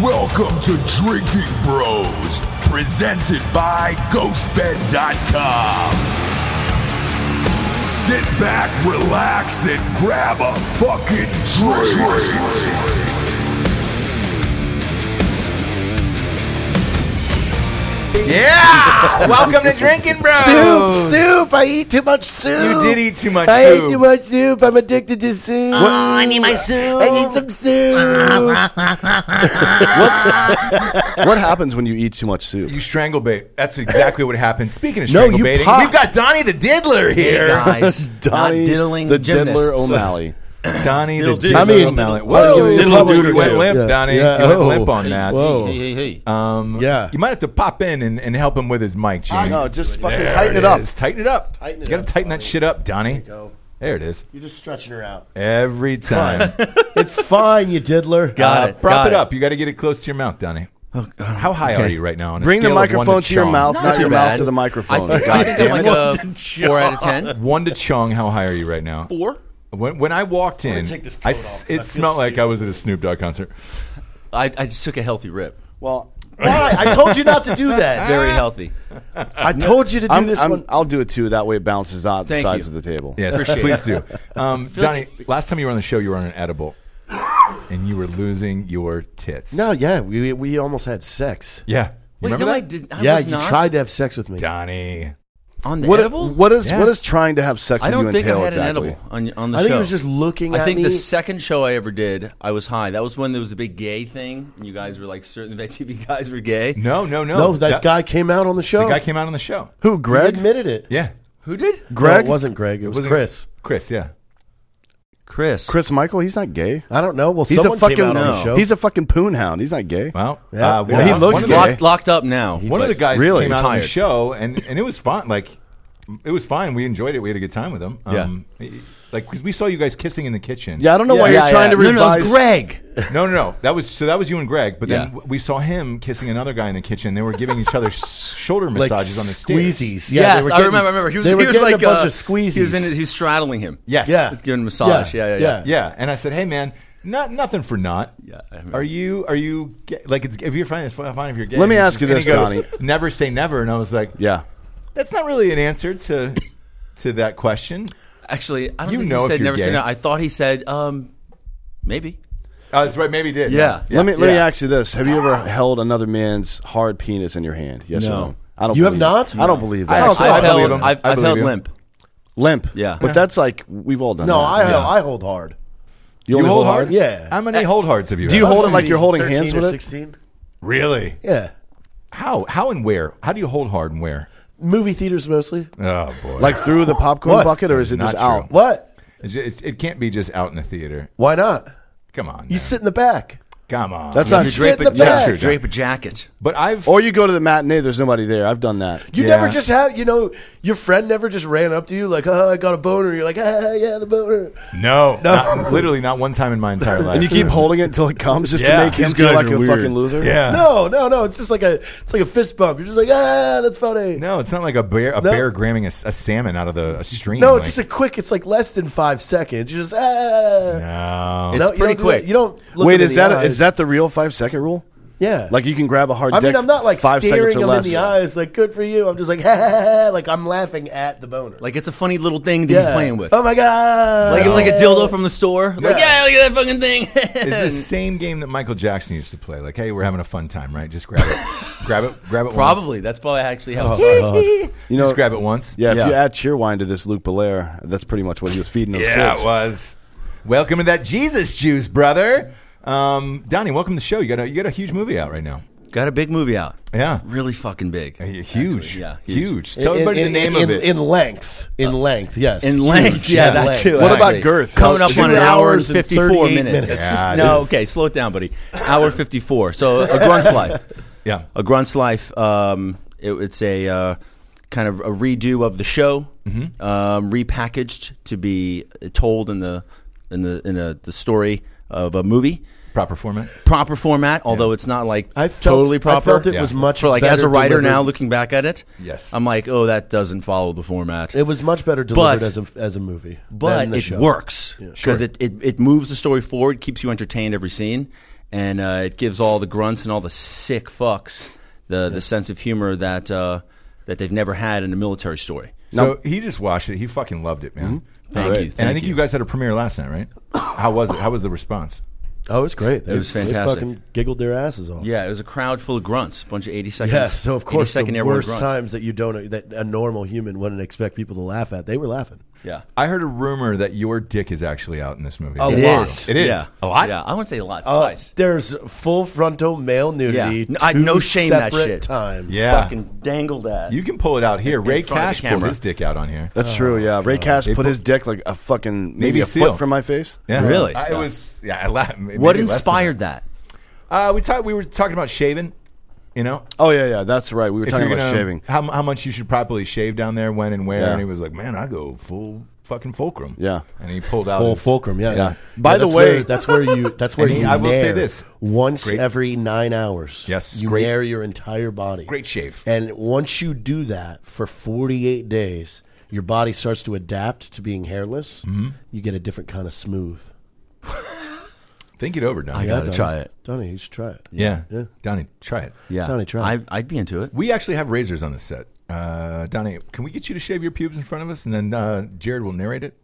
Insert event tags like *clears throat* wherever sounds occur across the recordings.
Welcome to Drinking Bros, presented by GhostBed.com. Sit back, relax, and grab a fucking drink. *laughs* Yeah! Welcome to Drinking Bros. Soup, soup. I eat too much soup. Oh. You did eat too much I soup. ate too much soup. I'm addicted to soup. Oh, I need my soup. I need some soup. What happens when you eat too much soup? You strangle bait. That's exactly what happened. Speaking of No, you strangle baiting, pop. we've got Donnie the Diddler Hey, here. *laughs* guys, not Donnie diddling the gymnasts. diddler O'Malley. Donnie the Diddle Diddler. I mean, O'Malley. I'll give whoa, you a diddle couple dude, or you went two. limp, Yeah. Donnie. Yeah. You went Oh. limp on that. Whoa. Hey, hey, hey. Um, Yeah. You might have to pop in and, and help him with his mic, Jimmy. No, just fucking There tighten it up. is. Tighten it up. Tighten it you got up, to tighten that shit up, Donnie. go. There it is. You're just stretching her out. Every time. *laughs* It's fine, you diddler. Oh, Got Uh, it. prop got it, up. You got to get it close to your mouth, Donnie. How high are you right now? On a Bring the scale of one microphone to your Chong? mouth, Not not, too your bad. mouth to the I microphone. think, I God think damn I'm it. like a four out of ten. One to Chung, how high are you right now? Four. When, when I walked in, take this I coat s- off. it I feel smelled like I was at a Snoop Dogg *laughs* concert. I, I just took a healthy rip. Well, why? I told you not to do that. *laughs* Very healthy. I told you to do I'm- I'm- I'll do it too. That way it bounces out the Thank sides you. of the table. Yes, Appreciate please *laughs* do. Um, Donnie, last time you were on the show, you were on an edible, and you were losing your tits. No, yeah, we, we almost had sex. yeah, you Wait, remember no, that? I didn't. I yeah, was you not tried to have sex with me. Donnie. on the What, edible. what is Yeah. what is trying to have sex I with you don't think I entail had exactly? an edible on, on the I show. think it was just looking I at think me. the second show I ever did, I was high. That was when there was the big gay thing, and you guys were like, certain *laughs* TV guys were gay. No, no, no. no, that Da- guy came out on the show. The guy came out on the show. Who, He Greg? admitted it. Yeah, Oh. Who did? No, Greg? it wasn't Greg. It was wasn't- Chris. Chris. Yeah, Chris. Chris Michael? He's not gay. I don't know. Well, He's someone a fucking came out on the show. he's a fucking poon hound. He's not gay. Well, Yeah. uh, Yeah, one- he one looks of the- gay. Locked, locked up now. One of the guys Really? came out on the Retired. show, and, and it was fun. Like, it was fine. We enjoyed it. We had a good time with them. Yeah. Um, yeah. Like, 'cause we saw you guys kissing in the kitchen. Yeah, I don't know why Yeah, Oh, you're yeah, trying yeah. to no, revise. no, it was Greg. No, no, no. That was so. That was you and Greg. But Yeah. then w we saw him kissing another guy in the kitchen. They were giving each other s- shoulder like massages on the stairs. squeezies. Yeah, yes, they were I getting- remember. I remember. He was, they were he was getting like a bunch uh, of squeezies. He was, in, he was straddling him. Yes. Yeah. He was giving him massage. Yeah, yeah, yeah. Yeah. And I said, "Hey, man, not nothing for naught. Yeah, I remember. Are you? Are you? Gay? Like, it's, if you're fine, it's fine. If you're gay. Let me And ask you he this, goes, Donnie. Never say never. And I was like, Yeah. that's not really an answer to to that question. Actually, I don't You think know he if said you're never gay. said no. I thought he said um, maybe. Oh, that's right. Maybe he did. Yeah. Let me let me Yeah. ask you this: Have you ever held another man's hard penis in your hand? Yes or No. no? I don't. You have believe not? It. I don't believe I that. actually- Actually, I I've believe held, him. I've, I I've believe held him. limp. limp. Yeah. but that's like we've all done. No, that. I, uh, I hold hard. You, You only hold hard. Yeah. How many hold hards have you? Do you had? hold it like you're holding 13 hands or with it? 16? Really? Yeah. How? How and where? How do you hold hard and where? Movie theaters mostly. Oh boy. Like through the popcorn What? bucket, or is it Not just true. out? What? It's ju- it's- it can't be just out in the theater. Why not? Come on. You now. sit in the back. Come on. That's not You Sit drape, in a, the yeah, back. you drape a jacket. But I've. Or you go to the matinee. There's nobody there. I've done that. You Yeah. never just have, you know, your friend never just ran up to you like, oh, I got a boner. You're like, ah, yeah, the boner. no. not- literally, not one time in my entire life. and *laughs* you keep holding it until it comes, just Yeah. to make him These feel guys like are a weird. fucking loser. Yeah. No, no, no. It's just like a, it's like a fist bump. You're just like, ah, that's funny. No, No, it's not like a bear. A bear grabbing a, s- a salmon out of the a stream. it's just a quick. It's like less than five seconds. You're just ah. a. No. No, It's you don't pretty do that. quick. You don't look Wait, them in is the that eyes. is that the real five second rule? yeah? Like you can grab a hard. I mean, dick I'm not like five staring seconds or them less. in the eyes. Like, good for you. I'm just like, *laughs* ha, ha, ha, ha, like I'm laughing at the boner. Like it's a funny little thing that yeah. you're playing with. Oh my god! Like it's like a dildo from the store. Like yeah, look at that fucking *laughs* thing. It's the same game that Michael Jackson used to play. Like, hey, we're having a fun time, right? Just grab it, grab it, grab it. Probably that's probably actually how. it Once. started. you know, just grab it once. Yeah, if Yeah. you add cheerwine to this Luke Belair, that's pretty much what he was feeding those Yeah, kids. it was. Welcome to that Jesus juice, brother. Um, Donnie, welcome to the show. You got a you got a huge movie out right now. Got a big movie out. Yeah, Really fucking big. Hey, huge. yeah, huge. huge. Tell everybody the name in, of it. In length, in length, yes, Uh, In length, Huge, yeah, that length. too. What about actually. girth? Coming up Two on an hour and hours and 54 38 minutes. minutes. Yeah, no, this is- okay, slow it down, buddy. Hour 54. So a grunt's life. yeah. A grunt's life. Um, it- it's a uh, kind of a redo of the show, Mm-hmm. um, repackaged to be told in the in the in a, the story of a movie. Proper format. Proper format, although it's not like I felt, totally proper. I felt it Yeah. was much for like as a better writer delivered- now looking back at it. Yes. I'm like, oh, that doesn't follow the format. It was much better delivered But- as a as a movie, but than the it show. works because Sure. it, it, it moves the story forward, keeps you entertained every scene, and uh, it gives all the grunts and all the sick fucks the the sense of humor that uh, that they've never had in a military story. So he just watched it. He fucking loved it, man. Thank Great. you. Thank And I think you. guys had a premiere last night, right? How was it? How was the response? Oh, it's great. They, was they fantastic. fucking giggled their asses off. Yeah, it was a crowd full of grunts, a bunch of eighty seconds. Yeah, so of course, the 80 second airborne worst grunts. times that you don't that a normal human wouldn't expect people to laugh at, they were laughing. Yeah. I heard a rumor that your dick is actually out in this movie. A It It is. lot. is. It is Yeah. a lot. Oh. Yeah, I wouldn't say a lot. Uh, Twice. There's full frontal male nudity. Oh, Yeah. No, I- two no shame that separate shit. Times. Yeah. Fucking dangled that. You can pull it out here. Ray front of the Cash pulled camera. his dick out on here. That's true. Yeah, Ray Cash They put put- his dick like a fucking maybe, Navy a SEAL. foot from my face. Yeah. Really? I, it was. Yeah. I laughed. what inspired that? Uh, we talked. We were talking about shaving. You know, Oh yeah, yeah. That's right. We were If talking you're about gonna- shaving. How, how much you should properly shave down there, when and where. Yeah. And he was like, "Man, I go full fucking fulcrum." Yeah. And he pulled out Full his- fulcrum, yeah. yeah. By the that's way- where, that's where *laughs* you. That's where And he- you. I will say nair this. once Great- every nine hours. Yes, you great- nair your entire body. Great shave. And once you do that for forty-eight days, your body starts to adapt to being hairless. Mm-hmm. You get a different kind of smooth. Think it over, Donnie. gotta try it. Donnie. You should try it. Yeah. Donnie, try it. Yeah. Tony, try I, I'd be into it. We actually have razors on the set. Uh, Donnie, can we get you to shave your pubes in front of us, and then uh, Jared will narrate it?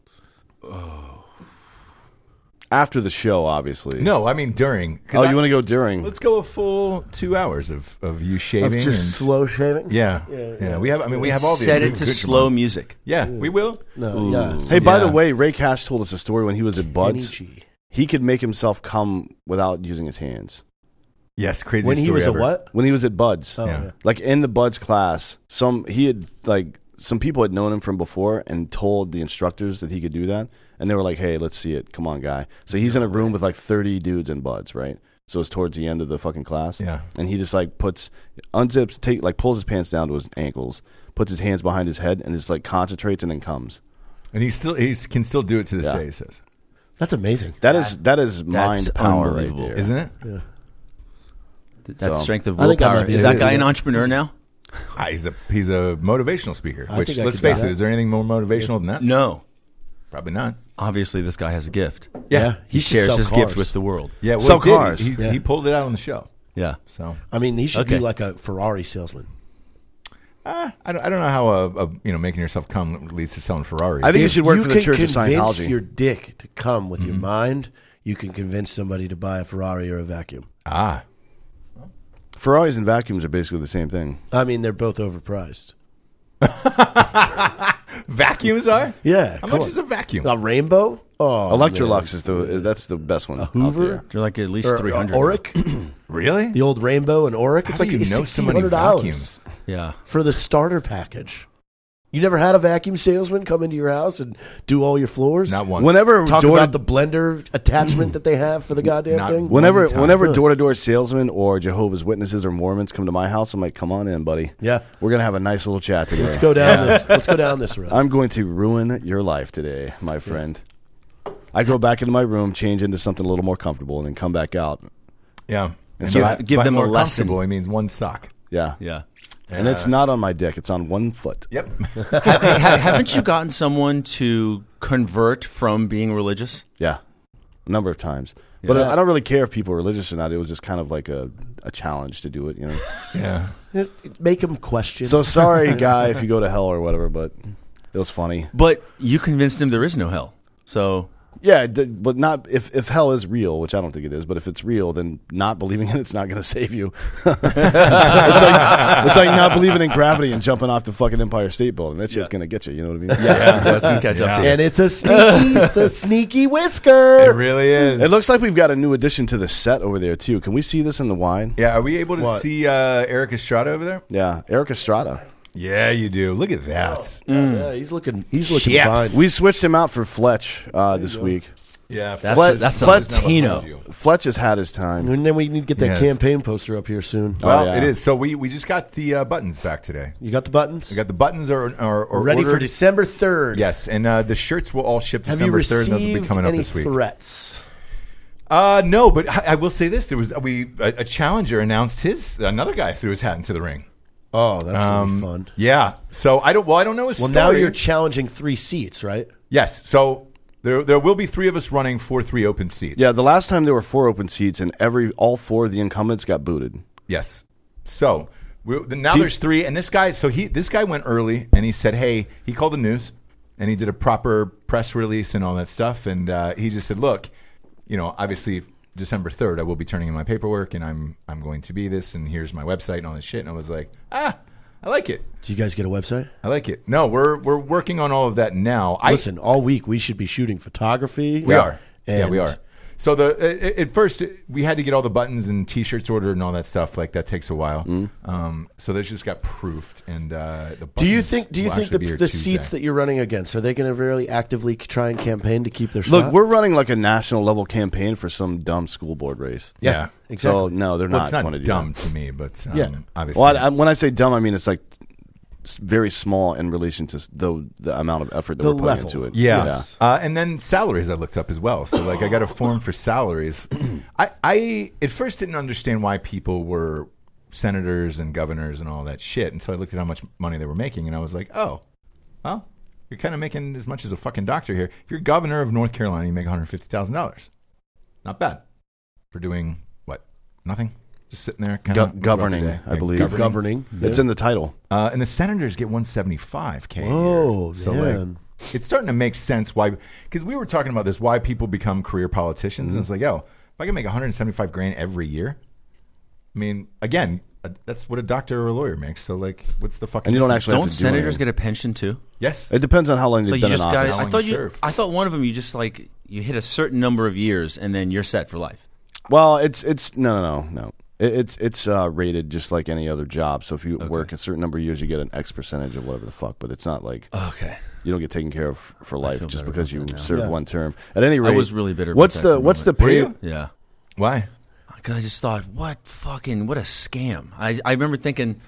After the show, obviously. No, I mean during. 'cause Oh, I- you want to go during? Let's go a full two hours of, of you shaving. Of and- just slow shaving. yeah, yeah, We have. I mean, we have all the Set it to good slow ones. music. Yeah, we will. No, yes. Hey, by the Yeah. way, Ray Cash told us a story when he was at Bud's. Kenny G. He could make himself come without using his hands. Yes, crazy. When he story was ever. a what? When he was at Bud's, Oh, Yeah. yeah. like in the Bud's class, some he had like some people had known him from before and told the instructors that he could do that, and they were like, "Hey, let's see it. Come on, guy." So he's in a room with like thirty dudes in Bud's, right? So it's towards the end of the fucking class. Yeah. and he just like puts unzips, take like pulls his pants down to his ankles, puts his hands behind his head, and just like concentrates and then comes. And he still he can still do it to this Yeah. day. He says, That's amazing. That is that is mind that's power right unbelievable. there. isn't it? Th- That So- strength of I think I willpower. might be Is into that it. guy an entrepreneur now? Ah, he's a he's a motivational speaker. I which think I let's could do face it, that. is there anything more motivational than that? No. Probably not. Obviously, this guy has a gift. Yeah. He, should shares sell his cars. gift with the world. Yeah, well, Sell he did. cars. He, Yeah. he pulled it out on the show. Yeah. So I mean, he should Okay. be like a Ferrari salesman. ah, I don't I don't know how a, a you know making yourself come leads to selling Ferraris. I think it should work you for the can Church of convince Scientology. your dick to come with your mind. You can convince somebody to buy a Ferrari or a vacuum. ah, Ferraris and vacuums are basically the same thing. I mean, they're both overpriced. vacuums are. Yeah, How come much on. is a vacuum? A rainbow? Oh, Electrolux is the that's the best one. out Hoover? there. They're like at least or, 300. or Auric, Really? the old rainbow and Auric. It's How like do you know so many $1,600 vacuums? Yeah. for the starter package. You never had a vacuum salesman come into your house and do all your floors? Not once. Whenever Talk door about the blender attachment that they have for the goddamn Not thing. one whenever time. whenever door to door salesmen or Jehovah's Witnesses or Mormons come to my house, I'm like, come on in, buddy. Yeah. we're gonna have a nice little chat today. Let's go down this. Let's go down this *laughs* road. I'm going to ruin your life today, my friend. I go back into my room, change into something a little more comfortable, and then come back out. Yeah. And so by- give by them a more lesson. comfortable, It means one sock. Yeah, *laughs* Yeah. And it's not on my dick; it's on one foot. Yep. Have they- ha- haven't you gotten someone to convert from being religious? Yeah, a number of times. But uh, Yeah. I don't really care if people are religious or not. It was just kind of like a, a challenge to do it, you know. *laughs* yeah. Just Make him question. so sorry, guy, if you go to hell or whatever. But it was funny. But you convinced him there is no hell. *laughs* So Yeah, th- but not if if hell is real, which I don't think it is. But if it's real, then not believing in it's not going to save you. *laughs* it's like it's like not believing in gravity and jumping off the fucking Empire State Building. That's just going to get you. You know what I mean? Yeah. that's going to catch up to you. and it's *laughs* a sneaky, it's a sneaky whisker. It really is. *laughs* It looks like we've got a new addition to the set over there too. Can we see this in the wine? Yeah. Are we able to What? see uh, Eric Estrada over there? Yeah, Eric Estrada. Yeah, you do. Look at that. Yeah, he's looking. He's looking Yes. fine. We switched him out for Fletch uh, this week. Yeah. That's, Flet- a, that's a Fletino. Latino. Fletch has had his time. and then we need to get that Yes. campaign poster up here soon. Oh, Well, yeah. it is. So we, we just got the uh, buttons back today. You got the buttons. We got the buttons are, are, are ready for ordered. December third. Yes, and uh, the shirts will all ship Have you December third, received and those will be coming up any this week. threats? Uh, no, but I, I will say this: there was we a, a challenger announced his another guy threw his hat into the ring. Oh, that's Um, gonna be fun. Yeah, so I don't. Well, I don't know his Well, now story. you're challenging three seats, right? yes, so There, there will be three of us running for three open seats. Yeah, the last time there were four open seats, and every all four of the incumbents got booted. Yes. So we, the- now there's three, and this guy. So he, this guy went early, and he said, "Hey," he called the news, and he did a proper press release and all that stuff, and uh, he just said, "Look, you know, obviously December third, I will be turning in my paperwork, and I'm I'm going to be this, and here's my website and all this shit." And I was like, "Ah, I like it." Do you guys get a website? I like it. No, we're we're working on all of that now. I, Listen, all week we should be shooting photography. we are. yeah, we and- are. So the a- a- at first we had to get all the buttons and T-shirts ordered and all that stuff. Like that takes a while. Um, so this just got proofed. And uh, the Mm-hmm. Do you buttons think? Do you will think the, actually be here the seats Tuesday. that you're running against are they going to really actively try and campaign to keep their Look, spot? we're running like a national level campaign for some dumb school board race. yeah, exactly. So no, they're Well, not, it's not going to do dumb that. to me, but um, Yeah. obviously. Well, I, I- when I say dumb, I mean it's like s- very small in relation to s- the the amount of effort that The we're putting level. into it. yeah, Yes. uh, and then salaries I looked up as well. So like I got a form for salaries. *clears throat* I, I at first didn't understand why people were senators and governors and all that shit, and so I looked at how much money they were making, and I was like, oh, well, you're kind of making as much as a fucking doctor here. If you're governor of North Carolina, you make $150,000. Not bad for doing what? Nothing? Just sitting there kind Go- of throughout the governing, day. I Yeah, believe. Governing. governing. It's in the title. Uh, and the senators get 175k. a year. Whoa, so man. like it's starting to make sense why because we were talking about this why people become career politicians Mm-hmm. and it's like yo if I can make 175 grand every year, I mean again uh, that's what a doctor or a lawyer makes. So like what's the fucking And you don't actually have Don't to do senators anything. get a pension too? yes It depends on how long they've So you been in just got. office. How I long thought you you. serve. I thought one of them. You just like you hit a certain number of years and then you're set for life. Well, it's it's no no no no. It, it's it's uh, rated just like any other job. So if you work a certain number of years, you get an X percentage of whatever the fuck. But it's not like Okay. you don't get taken care of for life just better because about you that now. served one term. At any rate, was really bitter about What's that the for a what's the moment. Were pay? you? Yeah. why Cause I just thought, what fucking, what a scam. I, I remember thinking,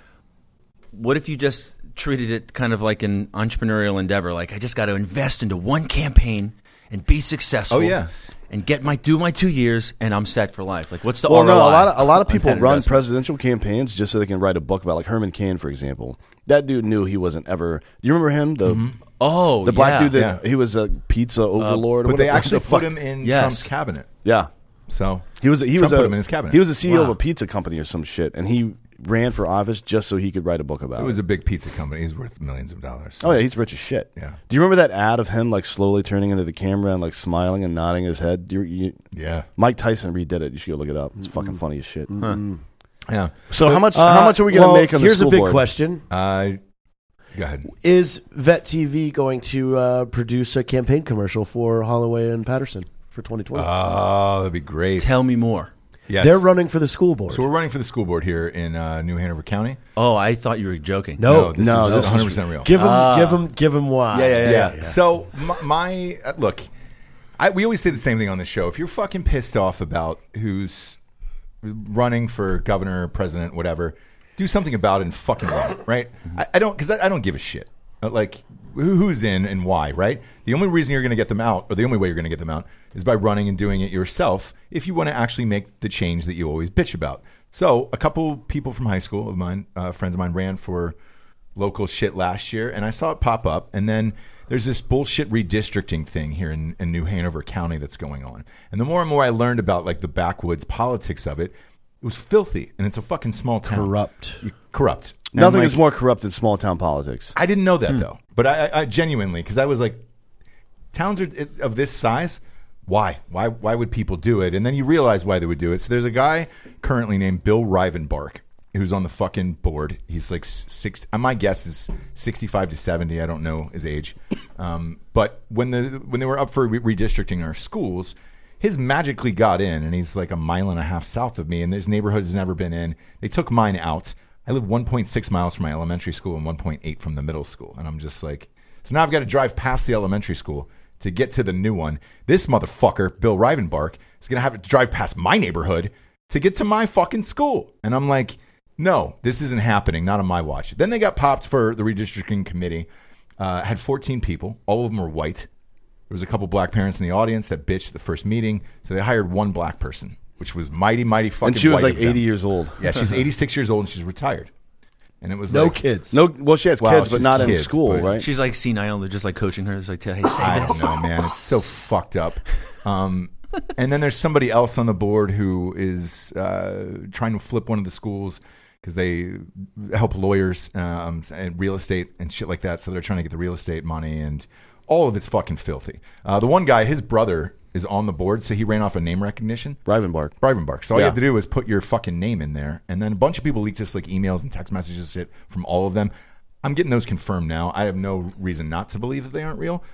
what if you just treated it kind of like an entrepreneurial endeavor? Like I just got to invest into one campaign and be successful. Oh, yeah. and get my do my two years and I'm set for life. Like what's the Well, ROI? no, a lot of a *laughs* lot of on people that run investment? presidential campaigns just so they can write a book about like Herman Cain, for example. That dude knew he wasn't ever. Do you remember him? The Oh, the black yeah. Uh, dude that he was a pizza overlord. or but they whatever. What actually the put fuck? him in Yes. Trump's cabinet Yeah, so He was he Trump was a, put him in his cabinet He was the CEO of Wow. a pizza company or some shit, and he ran for office just so he could write a book about it. it was a big pizza company he's worth millions of dollars oh yeah, he's rich as shit. Yeah. Do you remember that ad of him like slowly turning into the camera and like smiling and nodding his head? Do you, you- yeah Mike Tyson redid it. You should go look it up. It's fucking funny as shit. yeah So, how much how Uh, much are we gonna well, make on the Here's school a big board? question: uh, go ahead Is Vet TV going to uh, produce a campaign commercial for Holloway and Patterson for 2020? Uh, oh that'd be great Tell me more. yes. They're running for the school board. so we're running for the school board here in uh, New Hanover County. Oh, I thought you were joking. no, this no, is this is- 100 percent real. give them, Ah. give them, give them why? Yeah, yeah, yeah. yeah. So my, my uh, look, I, we always say the same thing on the show. If you're fucking pissed off about who's running for governor, president, whatever, do something about it and fucking run, right? I, I don't because I, I don't give a shit. Uh, Like who, who's in and why, right? The only reason you're going to get them out, or the only way you're going to get them out, is by running and doing it yourself. If you want to actually make the change that you always bitch about. So a couple people from high school of mine, uh, friends of mine, ran for local shit last year, and I saw it pop up. And then there's this bullshit redistricting thing here in, in New Hanover County that's going on. And the more and more I learned about like the backwoods politics of it, it was filthy, and it's a fucking small town. Corrupt. You- corrupt. And, Nothing like, is more corrupt than small town politics. I didn't know that though, but I, I, I genuinely because I was like, towns are of this size. Why? Why? Why would people do it? And then you realize why they would do it. So there's a guy currently named Bill Rivenbark who's on the fucking board. He's like s- six. uh, My guess is 65 to 70. I don't know his age. Um, but when the when they were up for re- redistricting our schools, his magically got in, and he's like a mile and a half south of me, and his neighborhood has never been in. They took mine out. I live 1.6 miles from my elementary school and 1.8 from the middle school, and I'm just like, so now I've got to drive past the elementary school to get to the new one. This motherfucker, Bill Rivenbark, is going to have to drive past my neighborhood to get to my fucking school. And I'm like, no, this isn't happening. Not on my watch. Then they got popped for the redistricting committee. Uh, had 14 people. All of them were white. There was a couple black parents in the audience that bitched at the first meeting. So they hired one black person, which was mighty, mighty fucking And she was white like of them. eighty years old. Yeah, she's 86 years old and she's retired. and it was No like, kids. No, well, she has Wow, kids, but she's not in kids, school, but- right? She's like senile. They're just like coaching her. It's like, hey, say I this. don't know, man. It's so fucked up. Um, and then there's somebody else on the board who is uh, trying to flip one of the schools because they help lawyers um, and real estate and shit like that. So they're trying to get the real estate money and all of it's fucking filthy. Uh, the one guy, his brother, is on the board, so he ran off a of name recognition. Rivenbark. Brivenbark. So all you Yeah. have to do is put your fucking name in there, and then a bunch of people leaked us like emails and text messages and shit from all of them. I'm getting those confirmed now. I have no reason not to believe that they aren't real,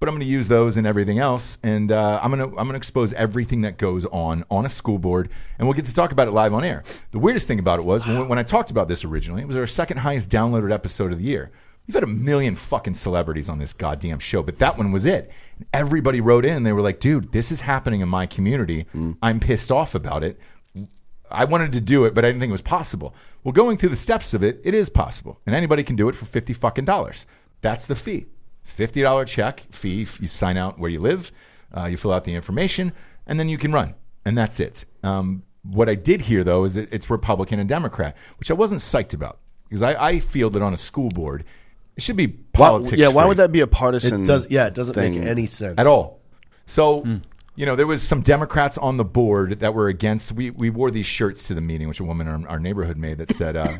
but I'm going to use those and everything else, and uh, I'm going to I'm going to expose everything that goes on on a school board, and we'll get to talk about it live on air. The weirdest thing about it was when, when I talked about this originally, it was our second highest downloaded episode of the year. You've had a million fucking celebrities on this goddamn show, but that one was it. And everybody wrote in. They were like, dude, this is happening in my community. I'm pissed off about it. I wanted to do it, but I didn't think it was possible. Well, going through the steps of it, it is possible. And anybody can do it for 50 fucking dollars. That's the fee. $50 check fee. If You sign out where you live, uh, you fill out the information, and then you can run. And that's it. Um, what I did here, though, is it, it's Republican and Democrat, which I wasn't psyched about because I, I feel that on a school board, it should be politics. yeah, why free would that be a It partisan? does. Yeah, it doesn't make thing. any sense at all? So, you know, there was some Democrats on the board that were against. We we wore these shirts to the meeting, which a woman in our, our neighborhood made that said, uh,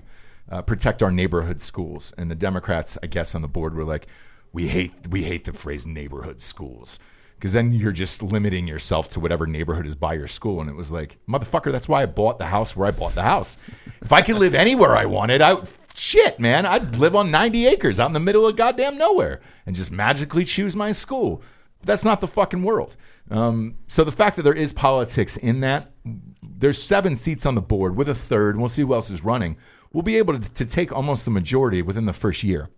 uh, "Protect our neighborhood schools." And the Democrats, I guess, on the board were like, "We hate we hate the phrase neighborhood schools." Because then you're just limiting yourself to whatever neighborhood is by your school. And it was like, motherfucker, that's why I bought the house where I bought the house. If I could live anywhere I wanted, I shit, man, I'd live on 90 acres out in the middle of goddamn nowhere and just magically choose my school. But that's not the fucking world. Um, so the fact that there is politics in that, there's seven seats on the board with a third, and we'll see who else is running. We'll be able to, to take almost the majority within the first year.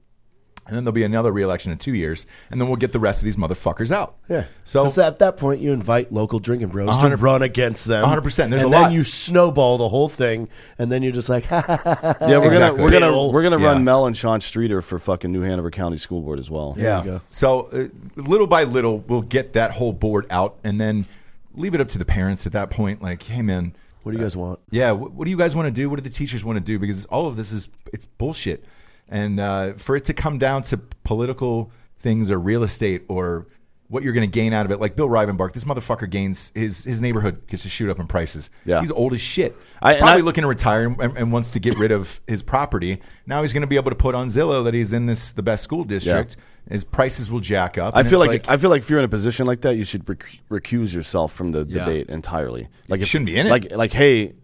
And then there'll be another reelection in two years, and then we'll get the rest of these motherfuckers out. Yeah. So 'Cause at that point, you invite local drinking bros to 100 run against them. 100%. There's and a then lot. you snowball the whole thing, and then you're just like, *laughs* ha, ha, ha, ha, ha. Yeah, we're Exactly. gonna we're gonna Bill. we're gonna Yeah. run Mel and Sean Streeter for fucking New Hanover County School Board as well. There you go. So uh, little by little, we'll get that whole board out, and then leave it up to the parents at that point. Like, hey, man, What do you guys want? yeah, wh- what do you guys want to do? What do the teachers want to do? Because all of this is it's bullshit, and uh, for it to come down to political things or real estate or what you're going to gain out of it, like Bill Rivenbark, this motherfucker gains his his neighborhood gets to shoot up in prices. Yeah. he's old as shit. I- and Probably I- looking to retire and, and wants to get rid of his property. Now he's going to be able to put on Zillow that he's in this the best school district. His prices will jack up. I and feel it's like, I feel like if you're in a position like that, you should rec- recuse yourself from the Yeah. debate entirely. Like You if- shouldn't be in it. Like like hey,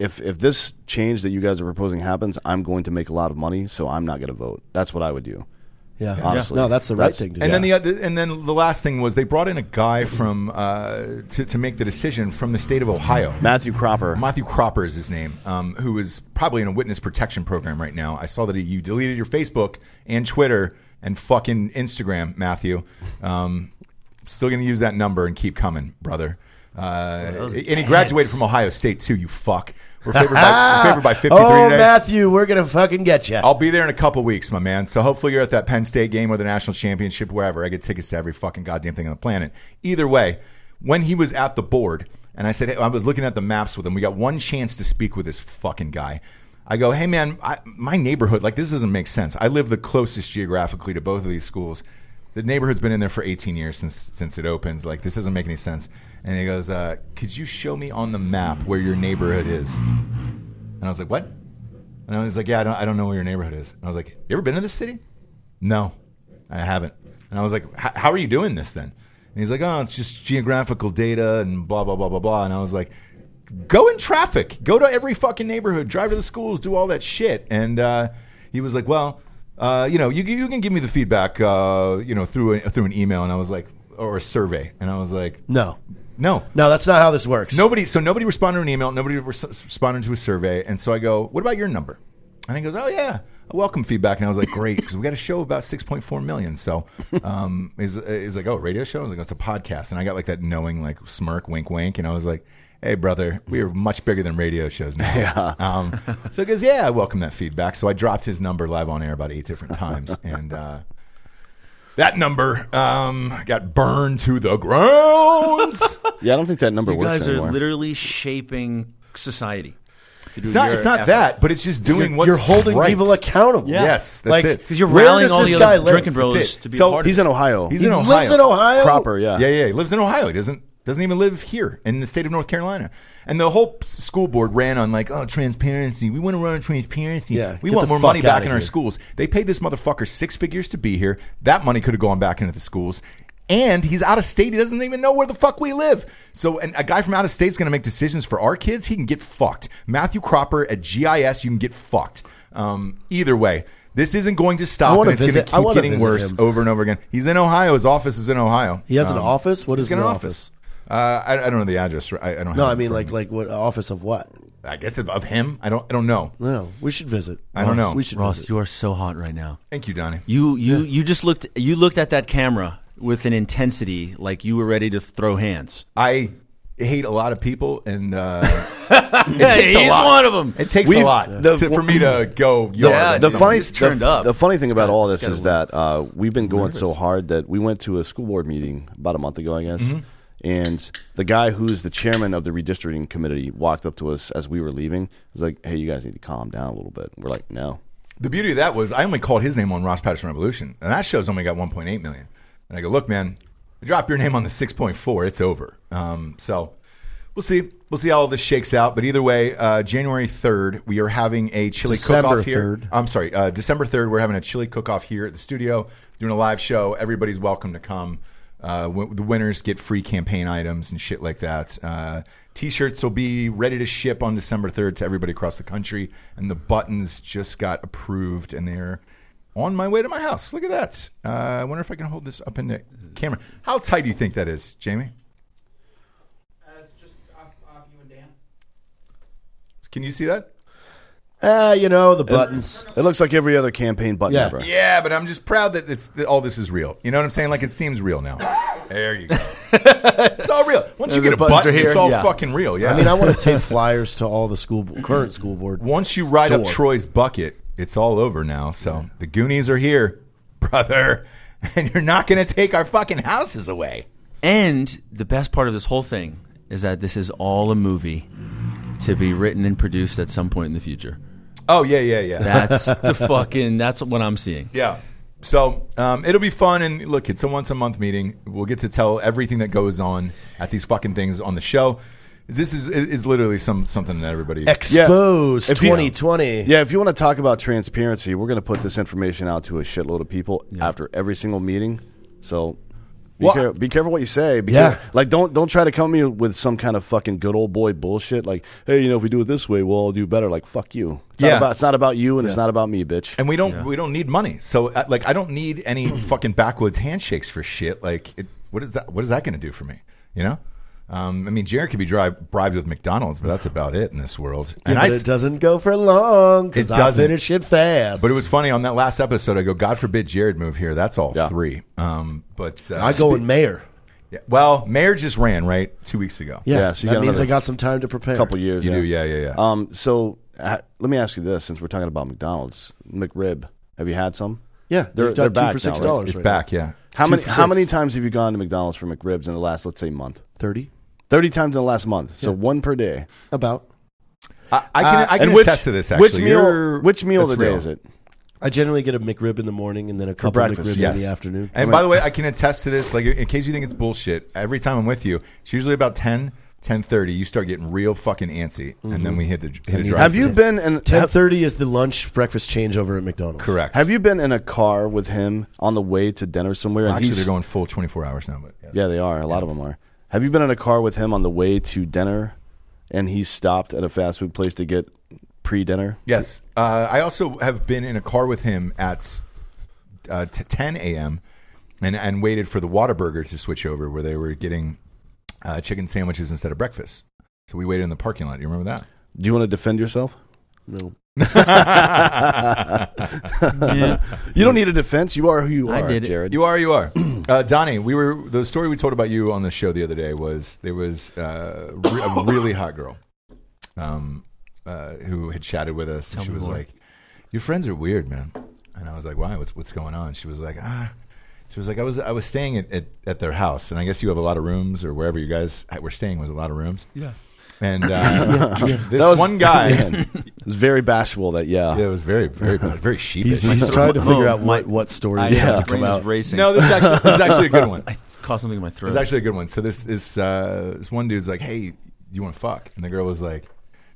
if if this change that you guys are proposing happens, I'm going to make a lot of money, so I'm not going to vote. That's what I would do. Yeah, Honestly. no, that's the right That's- thing to do. And then the other, and then the last thing was they brought in a guy from uh, to to make the decision from the state of Ohio. Matthew Cropper. Matthew Cropper is his name, um, who is probably in a witness protection program right now. I saw that you deleted your Facebook and Twitter and fucking Instagram, Matthew. Um, still going to use that number and keep coming, brother. Uh, and he graduated from Ohio State too. You fuck. We're favored by, we're favored *laughs* by fifty three oh, today. Matthew, we're gonna fucking get you. I'll be there in a couple weeks, my man. So hopefully you're at that Penn State game or the national championship, wherever. I get tickets to every fucking goddamn thing on the planet. Either way, when he was at the board, and I said, hey, I was looking at the maps with him. We got one chance to speak with this fucking guy. I go, hey man, I, my neighborhood, like this doesn't make sense. I live the closest geographically to both of these schools. The neighborhood's been in there for 18 years since since it opens. Like this doesn't make any sense. And he goes, uh, could you show me on the map where your neighborhood is? And I was like, what? And I was like, yeah, I don't, I don't know where your neighborhood is. And I was like, you ever been to this city? No, I haven't. And I was like, "H- how are you doing this then? And he's like, oh, it's just geographical data and blah, blah, blah, blah, blah. And I was like, go in traffic. Go to every fucking neighborhood. Drive to the schools. Do all that shit. And uh, he was like, well, uh, you know, you, you can give me the feedback, uh, you know, through, a, through an email. And I was like, or a survey. And I was like, no, no, no, that's not how this works. Nobody. So nobody responded to an email. Nobody res- responded to a survey. And so I go, "What about your number?" And he goes, "Oh yeah, I welcome feedback." And I was like, "Great," because we got a show about 6.4 million. So um, *laughs* he's, he's like, "Oh, radio show?" I was like, "It's a podcast." And I got like that knowing like smirk, wink, wink, and I was like. Hey brother, we are much bigger than radio shows now. Yeah. Um, so he goes, yeah, I welcome that feedback. So I dropped his number live on air about eight different times, and uh, that number um, got burned to the ground. Yeah, I don't think that number You works guys are anymore. literally shaping society. It's not, it's not that, but it's just doing You're, what's you're holding right. people accountable. Yeah. Yes, that's Like, it. Because you're Where rallying does all this the guy other live? drinking That's bros it. to be So a part He's of in Ohio. He's He in Ohio. lives in Ohio. proper. Yeah. Oh, Yeah, yeah. He lives in Ohio. He doesn't doesn't even live here in the state of North Carolina. And the whole s- school board ran on like, oh, transparency. We want to run on transparency. Yeah, we get want the more fuck money back outta in our here. schools. They paid this motherfucker six figures to be here. That money could have gone back into the schools. And he's out of state. He doesn't even know where the fuck we live. So, and a guy from out of state's going to make decisions for our kids. He can get fucked. Matthew Cropper at GIS, you can get fucked. Um, either way, this isn't going to stop. wanna and it's going to visit- I keep wanna getting visit worse him. over and over again. He's in Ohio. His office is in Ohio. He has an Um, office. What is He's got his an office? office. Uh, I, I don't know the address. I, I don't. Have No, it I in mean front like like what office of what? of me. I guess of, of him. I don't. I don't know. No, we should visit. I don't know. We should Ross, visit. you are so hot right now. Thank you, Donnie. You you you just looked you looked at that camera with an intensity like you were ready to throw hands. I hate a lot of people, and uh, it takes he's a lot. one of 'em. It takes We've- a lot the- to- for me to go. The- Yeah, the dude, funny it's turned the, up. the funny thing It's about got- all it's this got a is that uh, we've been going so hard that we went to a school board meeting about a month ago, I guess. And the guy who's the chairman of the redistricting committee walked up to us as we were leaving. He was like, "Hey, you guys need to calm down a little bit." We're like, "No." the beauty of that was I only called his name on Ross Patterson Revolution, and that show's only got 1.8 million. And I go, look, man, drop your name on the 6.4, it's over. Um, so we'll see. We'll see how all this shakes out. But either way, uh, January 3rd, we are having a chili December cook-off here. 3rd. I'm sorry, uh, December 3rd, we're having a chili cook-off here at the studio, doing a live show. Everybody's welcome to come. Uh, w- the winners get free campaign items and shit like that. Uh, t-shirts will be ready to ship on December 3rd to everybody across the country, and the buttons just got approved, and they're on my way to my house. Look at that. Uh, I wonder if I can hold this up in the camera. How tight do you think that is, Jamie? Uh, it's just off, off you and Dan. Can you see that? Ah, you know the buttons. It looks like every other campaign button Yeah. ever. Yeah, but I'm just proud that it's that all this is real. You know what I'm saying? Like it seems real now. There you go. it's all real. Once you The get a buttons button, are here. it's all Yeah. fucking real. Yeah. I mean, I want to take flyers to all the school bo- current school board. once you ride up Door. Troy's bucket, it's all over now. So the Goonies are here, brother, *laughs* and you're not going to take our fucking houses away. And the best part of this whole thing is that this is all a movie to be written and produced at some point in the future. Oh yeah, yeah, yeah. That's the fucking that's what I'm seeing. Yeah. So um, it'll be fun. And look, it's a once a month meeting. We'll get to tell everything that goes on at these fucking things on the show. This is is literally some something that everybody. expose If you- 2020. Yeah, if you want to talk about transparency, we're going to put this information out to a shitload of people after every single meeting. So be, Well, care- be careful what you say. Because, Yeah. Like, don't don't try to come to me with some kind of fucking good old boy bullshit. Like, hey, you know, if we do it this way, we'll all do better. Like, fuck you. It's Yeah. not about it's not about you, and it's not about me, bitch. and we don't we don't need money. So uh, like I don't need *clears throat* any fucking backwoods handshakes for shit. Like it, what is that? What is that going to do for me? You know. Um, I mean, Jared could be dri- bribed with McDonald's, but that's about it in this world. Yeah, but I it doesn't go for long because It I doesn't. finish it fast. But it was funny on that last episode. I go, God forbid Jared move here. That's all Yeah. three. Um, but uh, I go in mayor. Yeah. Well, Mayor just ran right two weeks ago. Yeah, Yeah, so you that got means another I got some time to prepare. a couple years. You do, yeah, yeah, yeah. Um, so uh, let me ask you this: since we're talking about McDonald's, McRib, have you had some? Yeah, They're- they've done they're two back for now, right? six dollars. it's right back. Yeah. How two many for how six. many times have you gone to McDonald's for McRibs in the last, let's say, month? Thirty, 30 times in the last month. So Yeah. one per day. about. I, I can, I can Uh, And which- attest to this. Actually, Which meal, You're- which meal of the that's day real. is it? I generally get a McRib in the morning and then a couple breakfast, McRibs Yes. in the afternoon. And by the way, I can attest to this. Like, in case you think it's bullshit, every time I'm with you, it's usually about 10, 10.30, You start getting real fucking antsy, and then we hit the hit a need- drive. Have Mm-hmm. you been in Ten have, thirty is the lunch breakfast changeover at McDonald's. correct? have you been in a car with him on the way to dinner somewhere? and Actually, he's- they're going full twenty four hours now. But yeah. Yeah, they are. A lot of them are. Have you been in a car with him on the way to dinner and he stopped at a fast food place to get pre-dinner? Yes. Uh, I also have been in a car with him at uh, t- 10 a.m. And, and waited for the Whataburger to switch over where they were getting uh, chicken sandwiches instead of breakfast. So we waited in the parking lot. You remember that? Do you want to defend yourself? *laughs* No. *laughs* You don't need a defense. You are who you I are, did it. Jared. You are, you are. *clears throat* uh, Donnie, we were, the story we told about you on the show the other day was there was uh, re- a really hot girl um, uh, who had chatted with us. and she was like, Your friends are weird, man. And I was like, Why? What's, what's going on? She was like, Ah. She was like, I was I was staying at, at, at their house, and I guess you have a lot of rooms, or wherever you guys were staying was a lot of rooms. Yeah. And *laughs* uh, this That was- one guy, *laughs* Man, it's very bashful that yeah. yeah, it was very, very, very sheepish. He's, *laughs* he's sort of trying to mo- figure mo- out what, my- what stories Yeah, have my to brain come is out. racing. no, this is actually, this is actually a good one. I caught something in my throat. It's actually a good one. So this is uh, this one dude's like, "Hey, you want to fuck?" And the girl was like,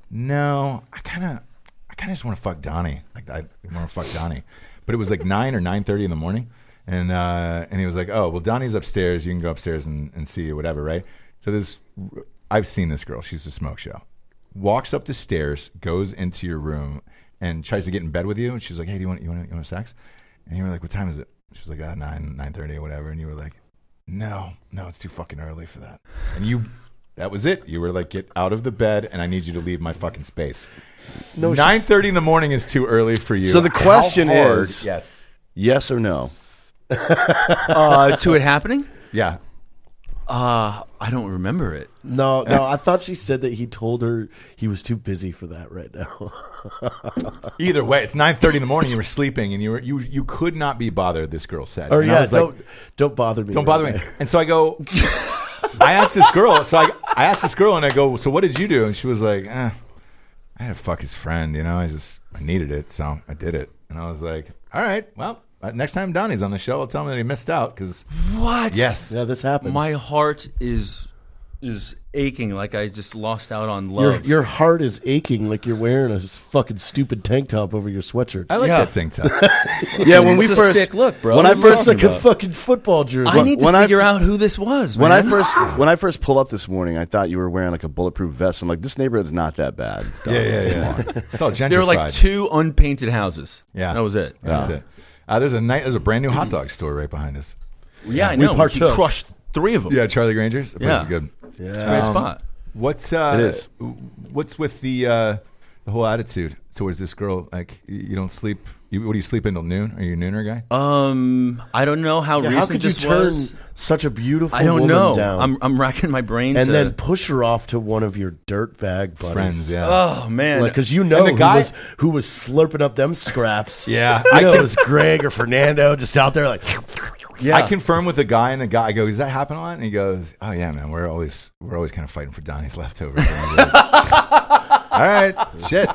"No, I kind of, I kind of just want to fuck Donnie. Like, I want to fuck Donnie." But it was like nine or nine thirty in the morning, and uh, and he was like, "Oh, well, Donnie's upstairs. You can go upstairs and, and see or whatever, right?" So this, I've seen this girl. She's a smoke show. Walks up the stairs, goes into your room, and tries to get in bed with you. And she's like, "Hey, do you want you want you want sex?" And you were like, "What time is it?" She was like, "Ah, nine nine thirty or whatever." And you were like, no, no, it's too fucking early for that. And you, that was it. You were like, get out of the bed, and I need you to leave my fucking space. No, nine thirty in the morning is too early for you. So the How question hard- is- yes, Yes or no? uh, to it happening. yeah. Uh, I don't remember it. No, no, I thought she said that he told her he was too busy for that right now. *laughs* Either way, it's nine thirty in the morning. You were sleeping, and you were you you could not be bothered. This girl said, or And I yeah, was like, don't don't bother me. don't bother me. And so I go, I asked this girl. So I, I asked this girl, and I go, so what did you do? And she was like, eh, I had to fuck his friend. You know, I just I needed it, so I did it. And I was like, all right, well, uh, next time Donnie's on the show, I'll tell him that he missed out because What? yes, *laughs* Yeah, this happened. My heart is is aching like I just lost out on your, love. your heart is aching like you're wearing a fucking stupid tank top over your sweatshirt. I like *laughs* Yeah. that tank top. Yeah, when we a first sick look, bro. When I What It looks like first a fucking football jersey. I need to when I figure f- out who this was. when I *laughs* man. first when I first pulled up this morning, I thought you were wearing like a bulletproof vest. I'm like, this neighborhood's not *laughs* that bad. yeah, yeah, yeah. It's all gentrified. there were like two unpainted houses. Yeah, that was it. That's it. Uh, there's a night. There's a brand new hot dog store right behind us. Yeah, I know. He partook. crushed three of them. Yeah, Charlie Granger's. The place Yeah. is good. It's a great spot. What's uh, It is. What's with the uh, the whole attitude towards this girl? Like y- you don't sleep. You, what do you sleep until noon? Are you a nooner guy? Um, I don't know how Yeah, recent how could you this turn was. such a beautiful I don't woman know. down I'm I'm racking my brains. and to- then push her off to one of your dirtbag buddies? Friends, yeah. oh man, Because you know the who, guy- was, who was slurping up them *laughs* scraps. Yeah. I I know could- it was Greg or Fernando just out there like. yeah. I confirm with the guy, and the guy I go, "Does that happen a lot?" And he goes, "Oh yeah, man. We're always we're always kind of fighting for Donnie's leftovers." And I go, *laughs* All right, shit.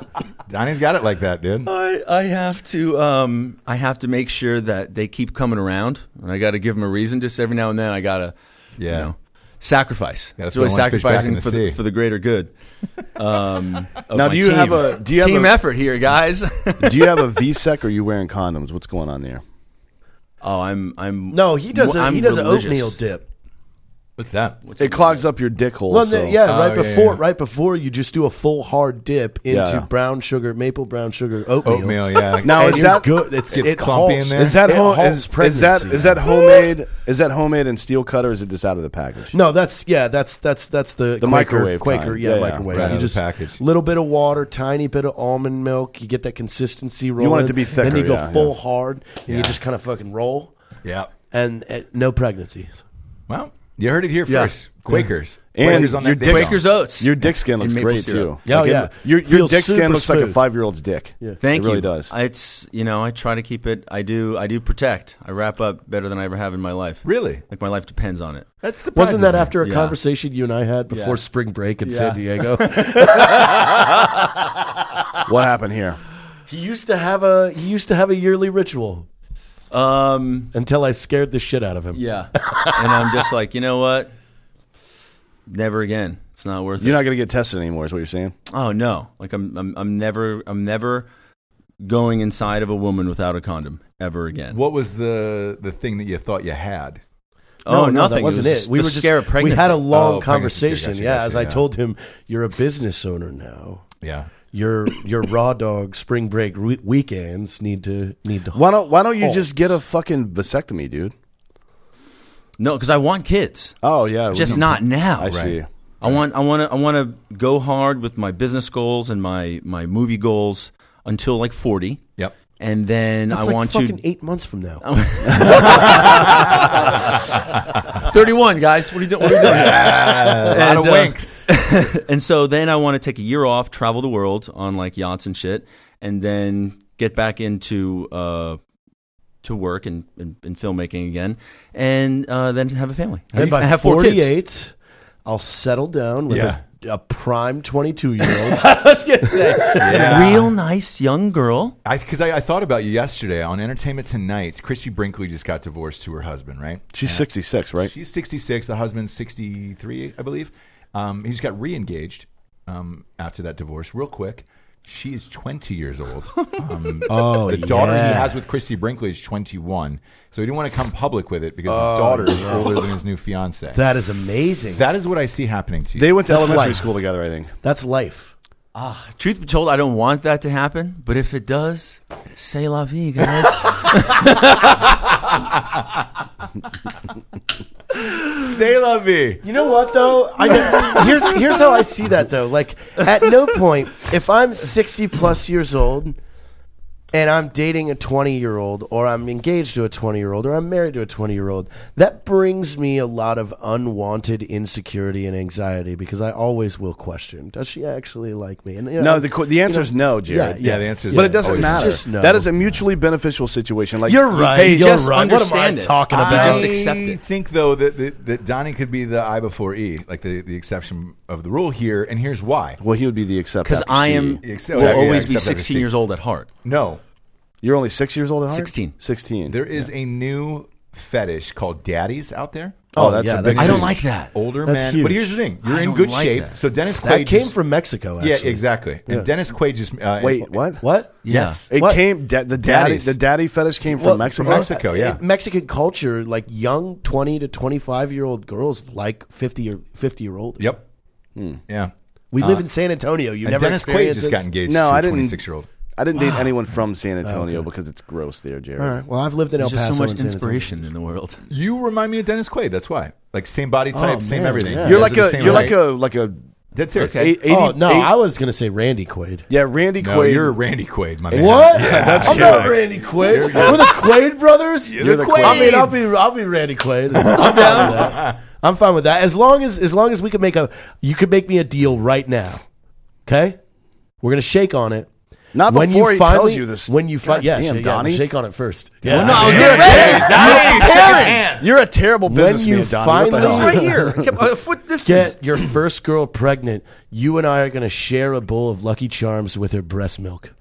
Donnie's got it like that, dude. I, I have to um I have to make sure that they keep coming around, and I got to give them a reason. Just every now and then, I gotta Yeah. you know, sacrifice. Yeah, it's throw really one fish back in sacrificing the for sea. the, for the greater good. Um, of Now, my do you team. have a- do you have team a- effort here, guys? *laughs* Do you have a VSEC or are you wearing condoms? What's going on there? oh, I'm I'm No, he does. A, I'm he does an religious. oatmeal dip. What's that? It clogs up your dick hole. Well, so- the- yeah, Oh, right yeah, before, yeah. right before you just do a full hard dip into Yeah. brown sugar, maple brown sugar oatmeal. Oatmeal, yeah. Now And is you're that good. It's, Gets it clumpy in halts. there. is that it home, halts is, is that pregnancy. is that homemade is that homemade and steel cut or is it just out of the package? No, that's yeah, that's that's that's the, Quaker, microwave Quaker, kind. yeah, Yeah, yeah. microwave. Right out you of the just package. little bit of water, tiny bit of almond milk. You get that consistency rolling. to be Then thicker, you go yeah, full yeah. hard, and you just kind of fucking roll, Yeah. and uh, no pregnancies. Well, you heard it here Yeah. first. Quakers. And Quakers on your that dick dick's- song. Quaker's oats. Your dick skin looks And maple great too. syrup. Yeah, Oh, Like, it- yeah. Your, your Feels dick skin super looks like a smooth. five year old's dick. Thank it really you. does. It's you know I try to keep it. I do I do protect. I wrap up better than I ever have in my life. Really? like my life depends on it. That's surprises Wasn't that me. after a Yeah. conversation you and I had before Yeah. spring break in Yeah. San Diego? what happened here? he used to have a he used to have a yearly ritual Um, until I scared the shit out of him. yeah, and I'm just like you know what? Never again. It's not worth You're it. not going to get tested anymore. Is what you're saying? oh no! Like I'm I'm I'm never I'm never going inside of a woman without a condom ever again. What was the the thing that you thought you had? oh, no, nothing. That wasn't it. it. Was just We the were just scare of pregnancy. We had a long Oh, pregnancy scare. conversation. Gotcha, yeah, gotcha, as I yeah. told him, you're a business owner now. Yeah. Your your raw dog spring break re- weekends need to need to. Why don't Why don't you halt. just get a fucking vasectomy, dude? no, because I want kids. Oh yeah, just not now. I see. Right. I want I want to I want to go hard with my business goals and my my movie goals until like 40. Yep. And then That's I like want fucking you eight months from now. 31 guys. What are you doing? What are you *laughs* doing? A lot of And, uh, winks. and so then I want to take a year off, travel the world on like yachts and shit, and then get back into uh, to work and, and, and filmmaking again, and uh, then have a family. and by I have four kids. forty eight, I'll settle down with Yeah. a a prime 22 year *laughs* old. I was gonna say, real nice young girl. I because I, I thought about you yesterday on Entertainment Tonight. Chrissy Brinkley just got divorced to her husband, right? She's 66, right? She's 66. The husband's 63, I believe. Um, he just got re-engaged um, after that divorce, real quick. She is 20 years *laughs* old. Um, Oh, the daughter he yeah. has with Christy Brinkley is 21. So he didn't want to come public with it because his daughter is older than his new fiance. that is amazing. that is what I see happening to you. they went to That's elementary life. school together, I think. That's life. Truth be told, I don't want that to happen, but if it does, say la *laughs* vie, guys. say la vie. You know what though? I know, here's here's how I see that though. Like at no point if I'm 60 plus years old and I'm dating a 20 year old or I'm engaged to a 20 year old or I'm married to a 20 year old, that brings me a lot of unwanted insecurity and anxiety because I always will question, does she actually like me? And you know, No, the, qu- the answer is no, Jared. Yeah, the answer is But it doesn't always matter. Just no. That is a mutually beneficial situation. Like You're right. Hey, you're just right. What am I understand it. talking I- about? just accept it. think though that, that that Donnie could be the I before E, like the, the exception of the rule here, and here's why. well, he would be the exception. Because after I C. am Except- will yeah, always except be after 16 C. years old at heart. No, You're only six years old at heart? 16. 16. there is a new fetish called daddies out there. oh, that's yeah, a big that's I don't thing. like that. Older That's men. huge. But here's the thing: you're I in don't good like shape. that. So Dennis Quaid That came just- from Mexico. Actually. yeah, exactly. And Dennis Quaid just uh, Wait, what? What? Yes. It What? came da- the daddy Daddies. the daddy fetish came from Well, Mexico. from Mexico. yeah. Uh, Mexican culture, like young twenty to twenty five year old girls like fifty or fifty year old. Yep. Yeah. We live in San Antonio. You And never Dennis Quaid just got gotten. engaged No, to I a didn't- 26 year old. I didn't date anyone from San Antonio because it's gross there, Jared. All right. Well, I've lived in El There's just Paso. so much and San Antonio. inspiration in the world. You remind me of Dennis Quaid. That's why. Like same body type, same man, everything. yeah. You You're guys like are the a same you're height. like a like a Dead serious. Okay. eight- 80 Oh no, eight- I was gonna say Randy Quaid. yeah, Randy No, Quaid. you're Randy Quaid, my man. *laughs* that's I'm true. not Randy Quaid. We're the Quaid brothers. You're the the Quaid. I mean, I'll be I'll be Randy Quaid. I'm down. with that. I'm fine with that. As long as as long as we can make a you could make me a deal right now. Okay, we're gonna shake on it. Not when before you he finally, tells you this. When you fi- God yeah, damn, yeah, Donnie. shake on it first. Yeah, no, I was Yeah, getting ready. You're a terrible businessman, you Donnie. finally- What the hell? Right Right here. Kept a foot distance. get your first girl pregnant, you and I are going to share a bowl of Lucky Charms with her breast milk.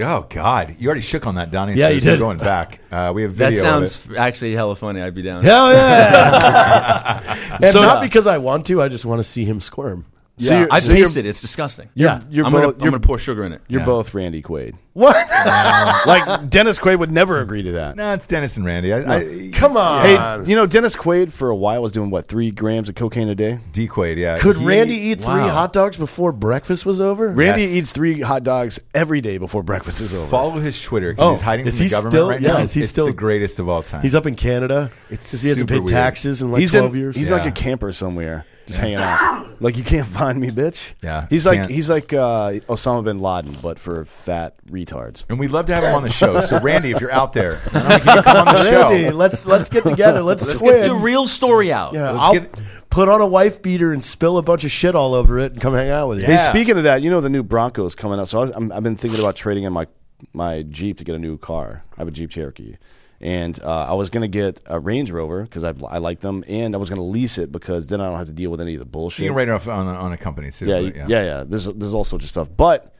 Oh God, you already shook on that, Donnie. Yeah, so you there's no Going did. *laughs* back, uh, we have That video. sounds actually hella funny. I'd be down. Hell yeah! and So- not because I want to, I just want to see him squirm. So you're- I so you're- taste it. It's disgusting. Yeah. You're I'm, both gonna, I'm you're, gonna pour sugar in it. you're both Randy Quaid. What? *laughs* like Dennis Quaid would never agree to that. No, it's Dennis and Randy. I, I, Come on. Hey, you know Dennis Quaid for a while was doing what three grams of cocaine a day. D Quaid. Yeah. Could He- Randy eat three wow. hot dogs before breakfast was over? Randy Yes. eats three hot dogs every day before breakfast is over. Follow his Twitter. 'cause Oh, he's hiding is from the he government still- right yeah, now. is he it's still- the greatest of all time. He's up in Canada. It's Does he has to super pay weird. taxes in like he's in- 12 years. He's like a camper somewhere, just hanging *laughs* out. Like you can't find me, bitch. Yeah, He's you like can't. he's like uh, Osama bin Laden, but for fat retards. and we'd love to have him on the *laughs* show. So Randy, if you're out there, I don't think you can come on the Randy, show. let's let's get together. Let's, Let's twin. get the real story out. yeah, let's I'll get- put on a wife beater and spill a bunch of shit all over it and come hang out with you. Hey, Yeah. speaking of that, you know the new Broncos coming out. So I was, I'm, I've been thinking about trading in my my Jeep to get a new car. I have a Jeep Cherokee, and uh, I was going to get a Range Rover because I, I like them, and I was going to lease it because then I don't have to deal with any of the bullshit. You can write it off on, on a company too. yeah, but yeah, yeah, There's there's all sorts of stuff, but.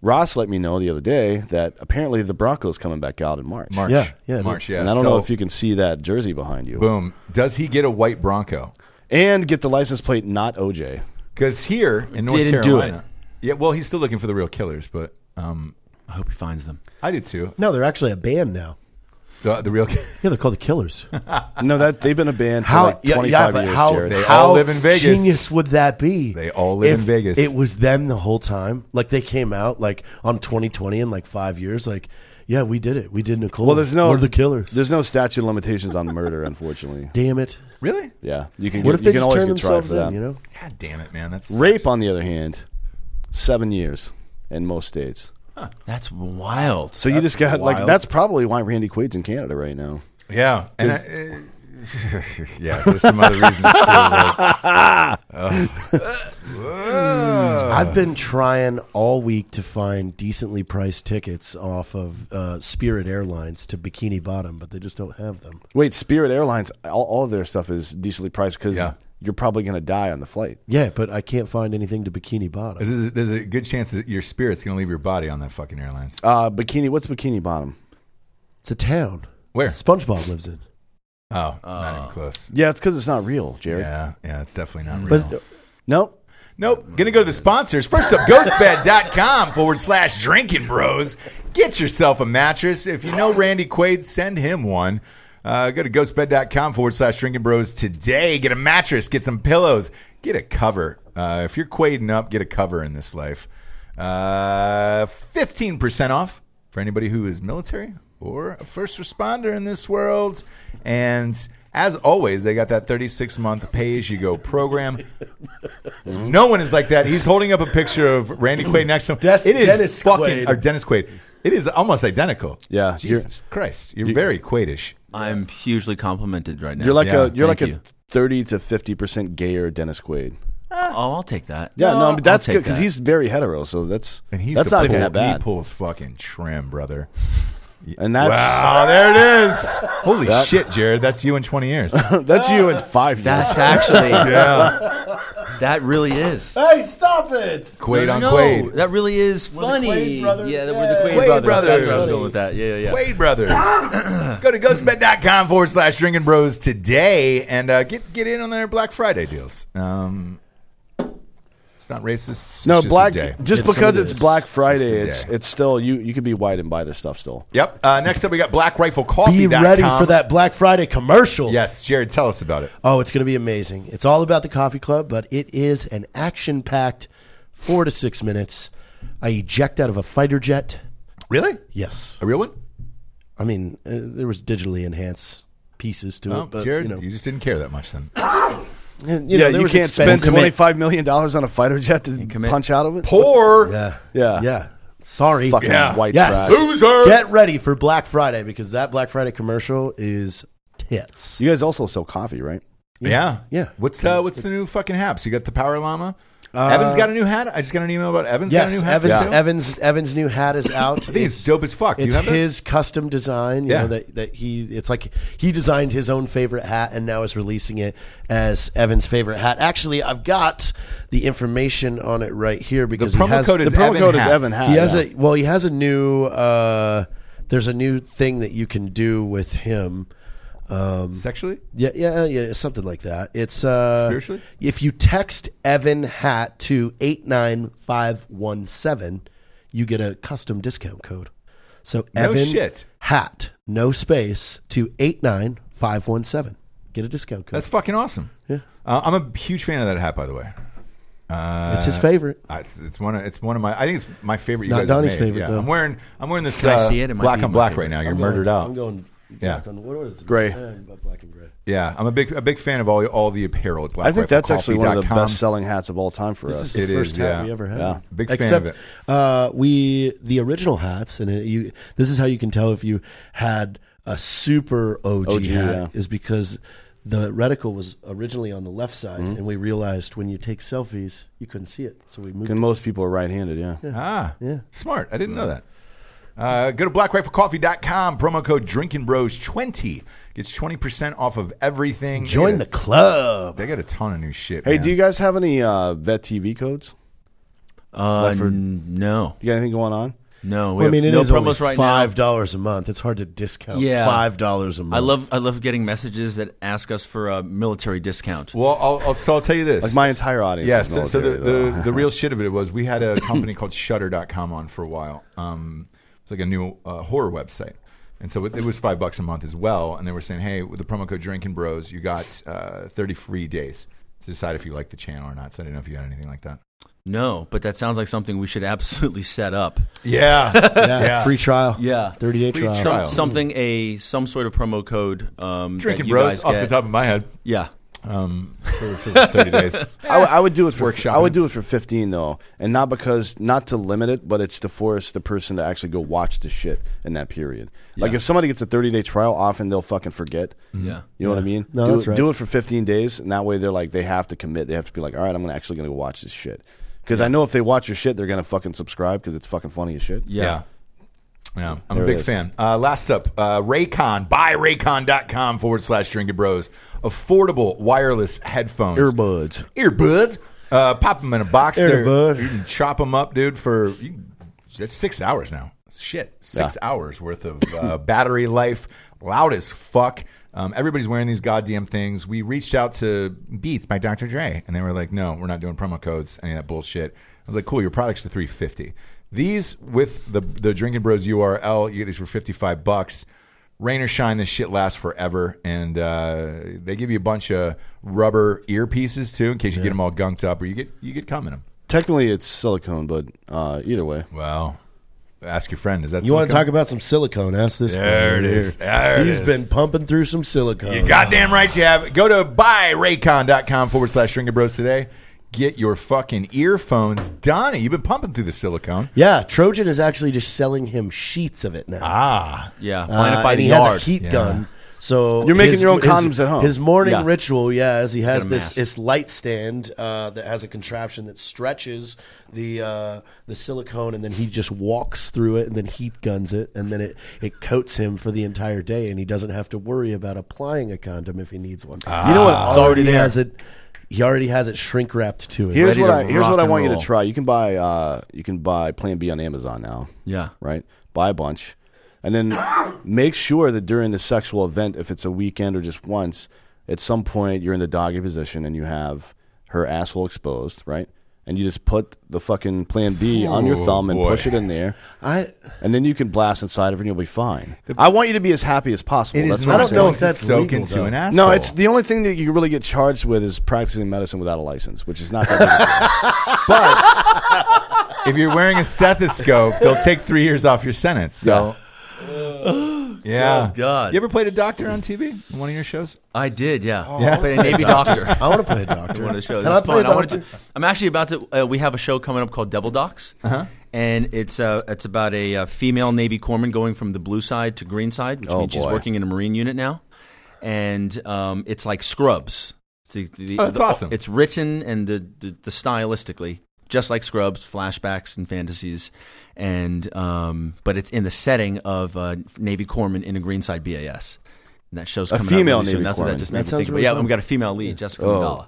Ross let me know the other day that apparently the Broncos coming back out in March. March. Yeah, yeah, dude. March. Yeah. and I don't So, know if you can see that jersey behind you. Boom. Does he get a white Bronco? And get the license plate not OJ. Because here in North Didn't do Carolina, yeah. Well, he's still looking for the real killers, but um, I hope he finds them. I did too. No, they're actually a band now. The, the real. *laughs* ki- Yeah, they're called the Killers. No, that they've been a band for like 25 years, how, Jared. They how all live in Vegas. genius would that be? They all live in if Vegas. It was them the whole time. Like they came out like on 2020 in like five years. Like, yeah, we did it. We did Nicole. Well, there's no We're the Killers. There's no statute of limitations on murder, unfortunately. Damn it! Really? Yeah, you can. What get- if they you can just always turn get tried themselves for in? that. You know, God damn it, man. That's Rape, on the other hand, seven years in most states. That's wild. So you just got like wild. that's probably why Randy Quaid's in Canada right now. Yeah. And I- uh, *laughs* yeah. There's some other reasons too. *laughs* but- Uh. I've been trying all week to find decently priced tickets off of uh, Spirit Airlines to Bikini Bottom, but they just don't have them. Wait, Spirit Airlines, all, all their stuff is decently priced because Yeah. you're probably going to die on the flight. Yeah, but I can't find anything to Bikini Bottom. There's a, there's a good chance that your spirit's going to leave your body on that fucking airline. Uh, bikini. What's Bikini Bottom? It's a town. Where? SpongeBob lives in. Oh, not even close. Yeah, it's because it's not real, Jared. Yeah, yeah, it's definitely not real. But Nope. Nope. Gonna go to the sponsors. First up, ghostbed.com forward slash drinking bros. Get yourself a mattress. If you know Randy Quaid, send him one. Uh, go to ghostbed.com forward slash drinking bros today. Get a mattress, get some pillows, get a cover. Uh, if you're quading up, get a cover in this life. Uh, 15% off for anybody who is military or a first responder in this world. And as always, they got that 36 month pay as you go program. No one is like that. He's holding up a picture of Randy Quaid next to him. Des- it is Dennis fucking Quaid. or Dennis Quaid. It is almost identical. Yeah, Jesus Christ, you're very Quaidish. I'm hugely complimented right now. You're like Yeah, a you're thank like you. a thirty to fifty percent gayer Dennis Quaid. oh, I'll take that. Yeah, no, but that's I'll good take because that. he's very hetero. So that's And he's that's not even He that bad. pulls fucking trim, brother. And that's Wow, there it is. Holy shit, Jared, that's you in 20 years. *laughs* Uh, that's you in five years. That's actually That really is Hey, stop it! Quaid on no, Quaid. That really is funny. Quaid brothers, yeah, that yeah. we're the Quaid, Quaid brothers. That's where I brothers. was going with that. Yeah, yeah, yeah. Wade Brothers. Go to ghostbed.com forward slash drinking bros today and uh, get get in on their Black Friday deals. Um, it's not racist. It's *laughs* No, just a black. day. Just It's because some of it's this. Black Just a Friday, it's day. it's still you. You could be white and buy their stuff still. Yep. Uh, next up, we got blackriflecoffee.com. be ready for that Black Friday commercial. Yes, Jared, tell us about it. Oh, it's going to be amazing. It's all about the coffee club, but it is an action packed four to six minutes. I eject out of a fighter jet. Really? Yes. A real one? I mean, uh, there was digitally enhanced pieces to No, it, but Jared, you know, you just didn't care that much *coughs* then. and, you know, yeah, there you was can't spend expenses. twenty five million dollars on a fighter jet to commit. punch out of it. Poor Yeah. Yeah. Yeah. Sorry. Fucking white Yes. trash. loser. Get ready for Black Friday because that Black Friday commercial is tits. You guys also sell coffee, right? yeah. Yeah. Uh, What's uh, what's the new fucking haps? You got the Power Llama? Evan's got a new hat. I just got an email about Evan's got a Yes, new hat. Evans, for sale? Evans, Evans' new hat is out. I think it's dope as fuck. Do you It's have it? his custom design. You Yeah. know, that, that he it's like he designed his own favorite hat and now is releasing it as Evan's favorite hat. Actually, I've got the information on it right here because promo he has code is The promo Evan code is Hats. Evan Hat. he has yeah. a well he has a new uh, there's a new thing that you can do with him. Sexually? Yeah, yeah, yeah, something like that. It's uh, Spiritually? If you text Evan Hat to eight nine five one seven, you get a custom discount code. So No Evan shit. Hat, no space to eight nine five one seven. Get a discount code. That's fucking awesome. Yeah, uh, I'm a huge fan of that hat, by the way. Uh, it's his favorite. I- it's, it's one. Of, it's one of my. I think it's my favorite. You Not guys have Donnie's made. favorite, Yeah. though. I'm wearing. I'm wearing this Can I uh, see it? It might black be on my black favorite. right now. You're murdered out. I'm going Yeah. black on what is it? Gray. Yeah, black and gray. yeah, I'm a big a big fan of all all the apparel. At I think that's actually one of the best selling hats of all time for This us. is the It first is, hat yeah. we ever had. Yeah. Big fan of Except, it. Uh, we the original hats, and it, you. This is how you can tell if you had a super OG, OG, hat yeah. is because the reticle was originally on the left side, Mm-hmm. and we realized when you take selfies, you couldn't see it, so we moved. And most people are right handed. Yeah. Ah, Yeah. smart. I didn't know that. Uh, go to blackriflecoffee.com. Promo code Drinking Bros twenty gets twenty percent off of everything. They Join got the a- club. They got a ton of new shit. Hey, man. do you guys have any uh, vet TV codes? Uh, Lefford. no, You got anything going on? no. We Well, I mean, have it no is only promos right five now. dollars a month. It's hard to discount Yeah. five dollars a month. I love I love getting messages that ask us for a military discount. Well, I'll, I'll, so I'll tell you this. Like my entire audience. Yeah, is so, so the, military, the, though. the real shit of it was we had *laughs* a company called Shutter.com on for a while. Um, it's like a new uh, horror website. And so it, it was five bucks a month as well. And they were saying, hey, with the promo code Drinking Bros, you got uh, 30 free days to decide if you like the channel or not. So I didn't know if you had anything like that. No, but that sounds like something we should absolutely set up. Yeah. yeah, Yeah. free trial. Yeah. thirty day Free trial. trial. Oh. Some, something a some sort of promo code um, that Drinking you Bros guys off get. the top of my head Yeah, um, for, for the 30 *laughs* days. I, w- I would do it for Workshopping. I would do it for fifteen though, and not because not to limit it, but it's to force the person to actually go watch the shit in that period. Like if somebody gets a thirty day trial, often they'll fucking forget. Mm-hmm. yeah. You know what I mean? No, do, that's it, right. do it for 15 days, and that way they're like, they have to commit. They have to be like, all right, I'm gonna actually going to go watch this shit. Because I know if they watch your shit, they're going to fucking subscribe because it's fucking funny as shit. yeah, Yeah, I'm There a it big is. fan. Uh, last up, uh, Raycon. Buy raycon.com forward slash drinking bros. Affordable wireless headphones. Earbuds. Earbuds. Uh, pop them in a box. Earbud. There. You can chop them up, dude, for you can- that's six hours now. Shit. Six hours worth of uh, battery life. Loud as fuck. Um, everybody's wearing these goddamn things. We reached out to Beats by Dr. Dre, and they were like, no, we're not doing promo codes, any of that bullshit. I was like, cool, your product's the 350 These with the the Drinking Bros URL, you get these for 55 bucks rain or shine, this shit lasts forever. And uh, they give you a bunch of rubber earpieces too, in case you get 'em get them all gunked up or you get you get cum in them. Technically, it's silicone, but uh, either way, Wow. Ask your friend. Is that You want to silicone? talk about some silicone? Ask this. There man it here. is. There it He's is. been pumping through some silicone. You goddamn right you have. it. Go to buyraycon.com forward slash drinking bros today. Get your fucking earphones. Donnie, you've been pumping through the silicone. yeah, Trojan is actually just selling him sheets of it now. Ah. Yeah, Uh, line it by and the he yard. has a heat gun. So You're making his- your own his- condoms at home. His morning Yeah. ritual, yeah, is he has Get a this mask. this light stand uh, that has a contraption that stretches the uh, the silicone, and then he just walks through it, and then heat guns it, and then it it coats him for the entire day, and he doesn't have to worry about applying a condom if he needs one. you know what? Ah, It's already He there. has it. He already has it shrink wrapped to it. here's Ready what to I here's rock what I and want you to roll. try. You can buy uh, you can buy Plan B on Amazon now. Yeah. right? Buy a bunch, and then *coughs* make sure that during the sexual event, if it's a weekend or just once, at some point you're in the doggy position and you have her asshole exposed, right? And you just put the fucking Plan B on your Oh, thumb and boy. push it in there, I and then you can blast inside of her and you'll be fine. I want you to be as happy as possible. It is That's not what I'm I saying. don't know if that's that's soak legal, into though. an asshole. No, it's the only thing that you can really get charged with is practicing medicine without a license, which is not that big. a deal. But if you're wearing a stethoscope, they'll take three years off your sentence. So, yeah. Oh, God. You ever played a doctor on TV? in One of your shows? I did, yeah. I played Oh, a Navy doctor. *laughs* I want to play a doctor. *laughs* One of the shows. Can It's I play fun. I wanted doctor? to. I'm actually about to. Uh, we have a show coming up called Devil Docs, Uh-huh. and it's uh, it's about a, uh female Navy corpsman going from the blue side to green side, which Oh, means she's boy. working in a Marine unit now, and um, it's like Scrubs. It's the, the, Oh, that's the- awesome. It's written and the, the, the stylistically just like Scrubs, flashbacks and fantasies, and um, but it's in the setting of uh, Navy corpsman in a green side BAS. And that show's A coming female out really soon. Navy That's what corpsman. that just made That me sounds think. really about. fun. Yeah, we've got a female lead, Jessica Oh. Mandala.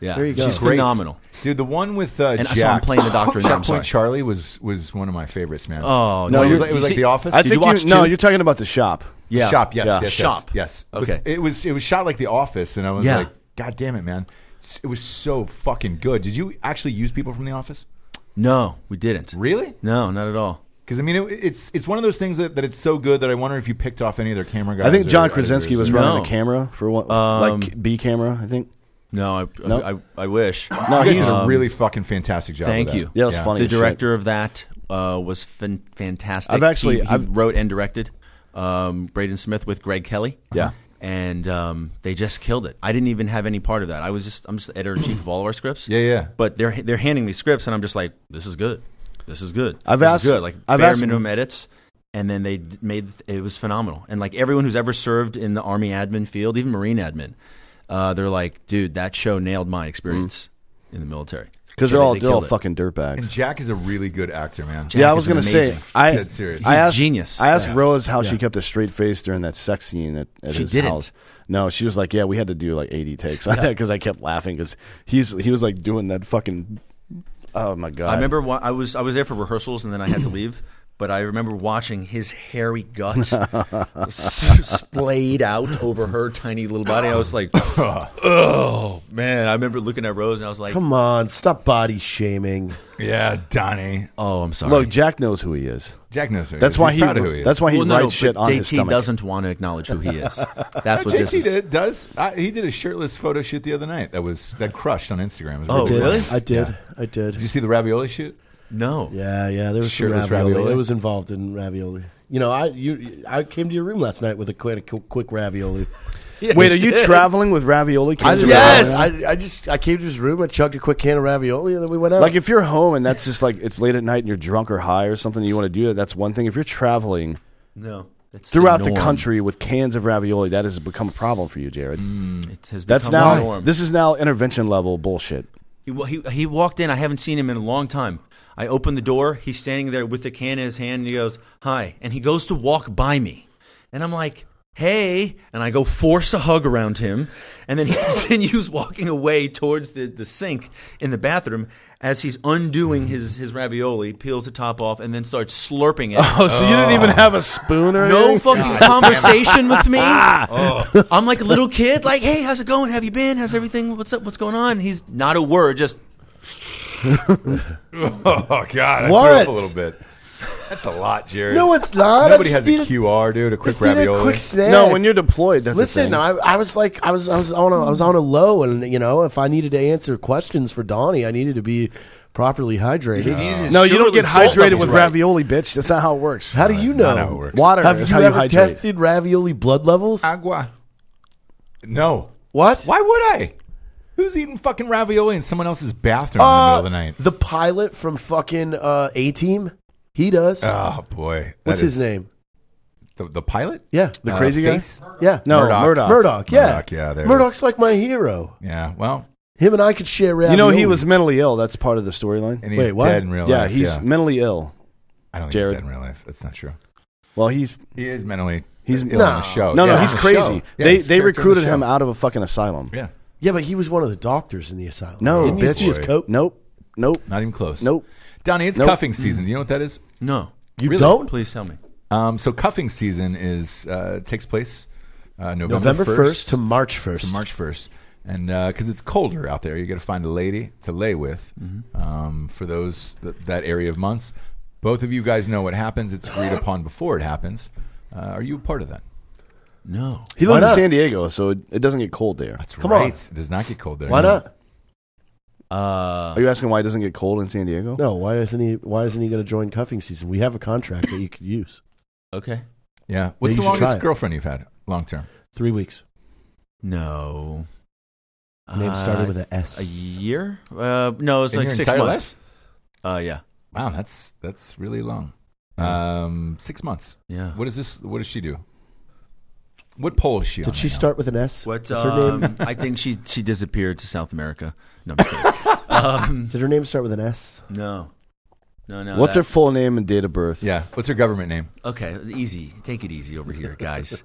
Yeah, There you go. she's Great. phenomenal. Dude, the one with uh, And- uh, Jack. so I'm playing the doctor now, I'm Checkpoint sorry. Charlie was was one of my favorites, man. Oh it No, no, was you're- like, it was you like see- The Office. I Did think you watch you, no, two? you're talking about the shop. yeah, Shop. Yes. Yeah. Yes, yes. Shop. Yes. yes. Okay. It was it was shot like The Office, and I was Yeah. like, God damn it, man! It's- It was so fucking good. Did you actually use people from The Office? No, we didn't. Really? No, not at all. Because I mean, it, it's it's one of those things that, that it's so good that I wonder if you picked off any of their camera guys. I think or John editors Krasinski was or- running No. Um, the camera for one, like B camera, I think. No, I No. I, I, I wish. No, You he's guys did a really fucking fantastic job. Um, Thank with that. you. Yeah, it was funny. the as shit. director of that uh, was fan- fantastic. I've actually- He- he I've- wrote and directed um, Braden Smith with Greg Kelly. Yeah. and um, they just killed it. I didn't even have any part of that. I was just I'm just editor in chief of all of our scripts. Yeah, yeah. But they're they're handing me scripts, and I'm just like, this is good. This is good. I've this asked- is good. like I've bare asked- minimum edits. And then they d- made it was phenomenal. And like everyone who's ever served in the army admin field, even marine admin, uh, they're like, dude, that show nailed my experience in the military Mm. Because Yeah, they're all they they're all killed fucking it. And dirtbags. Jack is a really good actor, man. Jack Yeah, I was is an gonna say amazing- I, Dead serious. I He's asked genius. I asked Rose how she kept a straight face during that sex scene at, at She his didn't. house. No, she was like, yeah, we had to do like eighty takes on that because I kept laughing because he's he was like doing that fucking. Oh my god! I remember wa- I was I was there for rehearsals and then I had to leave. *clears throat* But I remember watching his hairy *laughs* gut s- splayed out over her tiny little body. I *laughs* was like, "Oh man!" I remember looking at Rose and I was like, Come on, stop body shaming. Yeah, Donnie. "Oh, I'm sorry." Look, Jack knows who he is. Jack knows who. he That's is. why He's he. proud of who he is. That's why he Well, no, no, writes shit but on JT his stomach. doesn't want to acknowledge who he *laughs* is. That's what JT this is. did, does. I, he did a shirtless photo shoot the other night that was that crushed on Instagram. It was Oh, funny. really? I did. Yeah. I did. Did you see the ravioli shoot? No, Yeah, yeah. There was some Shirtless ravioli. ravioli? It was involved in ravioli. You know, I you I came to your room last night with a quite a qu- quick ravioli. Wait, *laughs* are you traveling with ravioli? cans of ravioli? I, I just I came to his room. I chugged a quick can of ravioli, and then we went out. Like if you're home and that's just like it's late at night and you're drunk or high or something, you want to do that. That's one thing. If you're traveling no. That's throughout the norm. country with cans of ravioli, that has become a problem for you, Jared. It has That's become the now norm. this is now intervention level bullshit. He, wa- he, he walked in. I haven't seen him in a long time. I open the door. He's standing there with the can in his hand, and he goes, "Hi," and he goes to walk by me, and I'm like. Hey, and I go force a hug around him, and then he *laughs* continues walking away towards the, the sink in the bathroom as he's undoing his, his ravioli, peels the top off, and then starts slurping it. Oh, so you didn't even have a spoon or no fucking conversation with me. Oh. I'm like a little kid, like, hey, how's it going? Have you been? How's everything? What's up? What's going on? He's not a word, just *laughs* Oh God, I What? threw up a little bit. That's a lot, Jared. No, it's not. Nobody I has just a need a- QR, dude. A quick Just need a ravioli. quick snack. No, when you're deployed, that's a Listen, thing. I, I was like, I was, I was on, a, I was on a low, and you know, if I needed to answer questions for Donnie, I needed to be properly hydrated. no, you don't get hydrated with ravioli. ravioli, bitch. That's not how it works. how do you know? not how it works. Water. Have is you how you ever hydrate. tested ravioli blood levels? Agua. No. what? Why would I? Who's eating fucking ravioli in someone else's bathroom Uh, in the middle of the night? The pilot from fucking uh, A Team. He does. Uh, Oh boy, That What's his is- name? The, the pilot? Uh, Yeah, The crazy guy? Face? yeah. No, Murdoch. Murdoch. Murdoch. Yeah, Murdoch, yeah, there it Murdoch's like my hero. Yeah. Well, Him and I could share ravioli. You know, he was mentally ill. That's part of the storyline. and he's Wait, what? dead in real Yeah, life. he's mentally ill. I don't think Jared. he's dead in real life. That's not true. Well, he's He is mentally. He's- ill on Nah. the show. no, Oh, Yeah, no, he's on the crazy. show. Yeah, they he's they character on the recruited show. him out of a fucking asylum. Yeah. Yeah, but he was one of the doctors in the asylum. No, didn't you bitch. see his coat? Nope, nope. Not even close. Nope. Donnie, it's Nope. cuffing season. Do you know what that is? no. You don't. Please tell me. Um, so cuffing season is uh, takes place uh, November, November 1st, first to March first. to March first, and because it's colder out there, you got to find a lady to lay with. Mm-hmm. Um, for those th- that area of months, both of you guys know what happens. It's agreed upon before it happens. Uh, are you a part of that? No. He lives in not? San Diego, so it, it doesn't get cold there. That's Come on. right. It does not get cold there. Why No. not? Uh, Are you asking why it doesn't get cold in San Diego? No. Why isn't he? Why isn't he going to join cuffing season? We have a contract that you could use. okay. Yeah. What's the you should try longest it. girlfriend you've had? Long term. Three weeks. No. Name Uh, started with a an S. Uh, a year? Uh, no, it was In like your six entire months. Uh, yeah. Wow, that's that's really long. Um, six months. Yeah. What is this? What does she do? What pole is she on? Did she right now? start with an S? What? Is her name? Um, I think she she disappeared to South America. No, I'm just kidding. um, Did her name start with an S? no. No, no. What's that- her full name and date of birth? Yeah. What's her government name? Okay, easy. Take it easy over here, guys.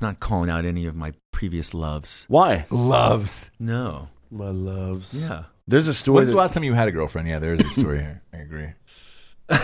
Not calling out any of my previous loves. Why? Loves. No. My loves. Yeah. There's a story. When's the That, last time you had a girlfriend? Yeah, there is a story here. I agree. When's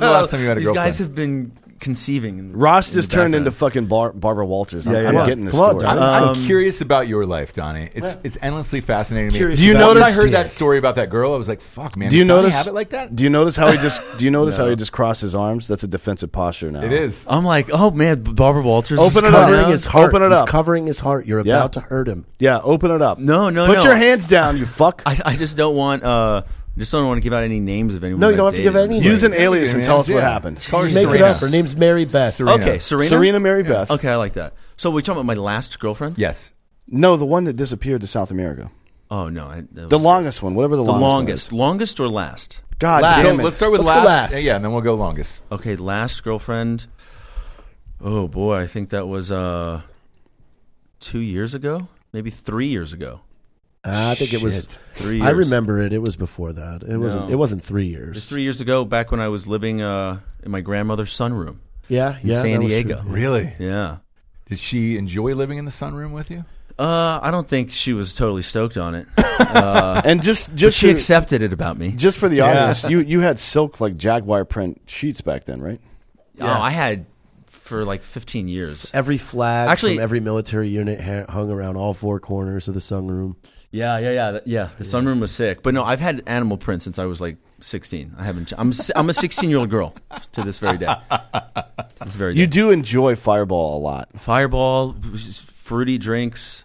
the last time you had a These girlfriend? guys have been conceiving. in- Ross in just the turned background. into fucking Bar- Barbara Walters. I'm, yeah, I'm yeah. getting this Come on, story. Don. I'm, I'm Um, curious about your life, Donnie. It's it's endlessly fascinating to me. Curious Do you Once notice- I heard that Dick. story about that girl, I was like, "Fuck, man." Do you does Donnie notice? have it like that? Do you notice how he just? Do you notice how he just crossed his arms? That's a defensive posture now. it is. I'm like, oh man, Barbara Walters. is Open it up. coming Covering out. his heart. Open it He's up. covering his heart. You're Yeah. about to hurt him. Yeah. Open it up. No, no, Put no. your hands down. You fuck. I, I just don't want. Uh, just don't want to give out any names of anyone. No, you I've don't have to give dated. out any Use an Right. alias and tell us what Yeah. happened. Call her Just make Serena. it up. Her name's Mary Beth. Serena. Okay, Serena. Serena Mary Beth. Okay, I like that. So we talking about my last girlfriend? Yes. No, the one that disappeared to South America. Oh no, I, that The was- longest one, whatever the, the longest, longest. one longest or last? is. God Last. damn So it. let's start with Let's go last. last. Yeah, yeah, and then we'll go longest. Okay, last girlfriend. Oh boy, I think that was uh two years ago, maybe three years ago. Ah, I think it was. Three. Years. I remember it. It was before that. It wasn't. It wasn't three It was years. three years ago, back when I was living uh, in my grandmother's sunroom Yeah, in yeah. San that was true. Diego. Really? Yeah. Did she enjoy living in the sunroom with you? Uh, I don't think she was totally stoked on it. And just But just *laughs* she for, accepted it about me. just for the audience, you you had silk like jaguar print sheets back then, right? Oh, I had for like 15 years. Every flag Actually- from every military unit ha- hung around all four corners of the sunroom. Yeah, yeah, yeah, that- yeah. The sunroom was sick, but no, I've had animal print since I was like 16. I haven't. I'm si- I'm a 16 year old girl to this very day. To this very day. You do enjoy Fireball a lot. Fireball, fruity drinks,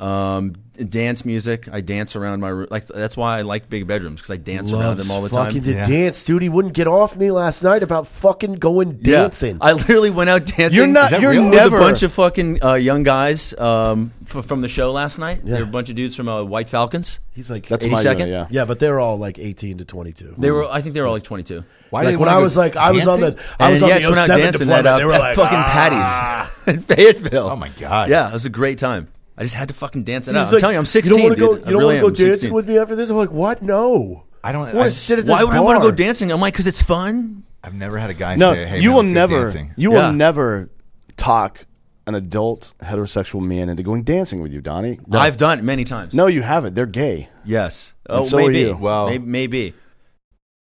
um, dance music. I dance around my room. Like that's why I like big bedrooms because I dance around Loves them all the time. fucking to Yeah. dance, dude. He wouldn't get off me last night about fucking going Yeah. dancing. I literally went out dancing. You're Is that not. You're real? with never. a bunch of fucking uh, young guys um, f- from the show last night. Yeah. There were a bunch of dudes from uh, White Falcons. He's like, that's my unit, 82nd? yeah. yeah, but they're all like eighteen to twenty-two. They were. I think they were all like 22. Why like did when Mm. I was like, I was on the, I was and on yeah, the went out 07 dancing deployment. at, uh, they were at like, "Ah." fucking Patties *laughs* in Fayetteville. Oh my god. Yeah, it was a great time. I just had to fucking dance it He out. was I'm like, telling you, I'm 16. You don't want to dude. go, I you don't really want to go am. I'm dancing 16. with me after this? I'm like, what? No. I don't. wanna I, sit at this Why would I want to bar. go dancing? I'm like, because it's fun. I've never had a guy No, say, "Hey, you man, will let's go never. dancing." You Yeah. will never talk an adult heterosexual man into going dancing with you, Donnie. I've done it many times. No, you haven't. They're gay. Yes. And Oh, so are maybe. you. Wow. Maybe. maybe.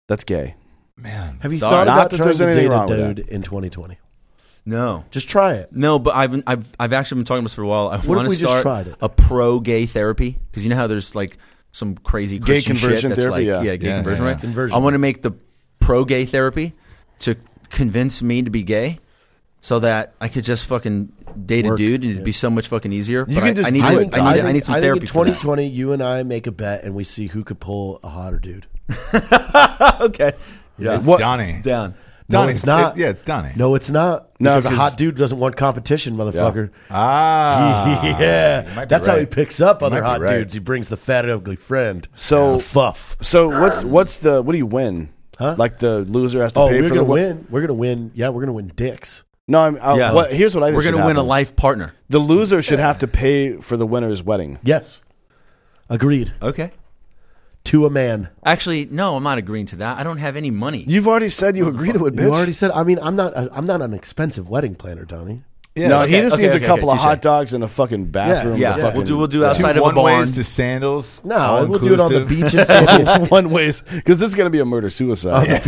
That's gay. man. Have you Sorry. thought Not about that trying there's to anything date a wrong with that. dude in 2020? No. Just try it. No, but I've I've I've actually been talking about this for a while. I if want to we just start tried it? a pro gay therapy because you know how there's like some crazy Gay Christian conversion shit that's therapy, like yeah. gay Yeah, conversion yeah, right. yeah. Conversion. I want to make the pro gay therapy to convince me to be gay, so that I could just fucking date a dude and it'd be so much fucking easier. You but can I, just I need do I, it. need- I, need, I need some I therapy. Think in for that. 2020, you and I make a bet and we see who could pull a hotter *laughs* dude. okay, Yeah, it's What- Donnie. down. No, Don, it's not. it- yeah, it's Donnie. No, it's not. No, because a 'cause- hot dude doesn't want competition, motherfucker. *laughs* Ah, you might *laughs* yeah, be that's how he right. picks up might other be hot right. dudes. He brings the fat ugly friend. So- The fuff. So what's what's the what do you win? Huh? Like the loser has to Oh, pay we're for gonna the win. win. We're gonna win. Yeah, we're gonna win dicks. No, I'm, I, Yeah. what, here's what I think We're should gonna win a happen. life partner. The loser should have to pay for the winner's wedding. Yes, agreed. Okay. To a man. Actually, no, I'm not agreeing to that. I don't have any money. You've already said you agree to it, bitch. You already said. I mean, I'm not. i I'm not an expensive wedding planner, Donnie. Yeah, no, he okay, just okay, needs okay, a couple okay, of touche. hot dogs and a fucking bathroom. yeah, with a fucking- we'll *laughs* do we'll do outside Two of a one barn. ways to sandals. No, we'll do it on the all-inclusive. beach. And *laughs* San, one ways because this is gonna be a murder suicide.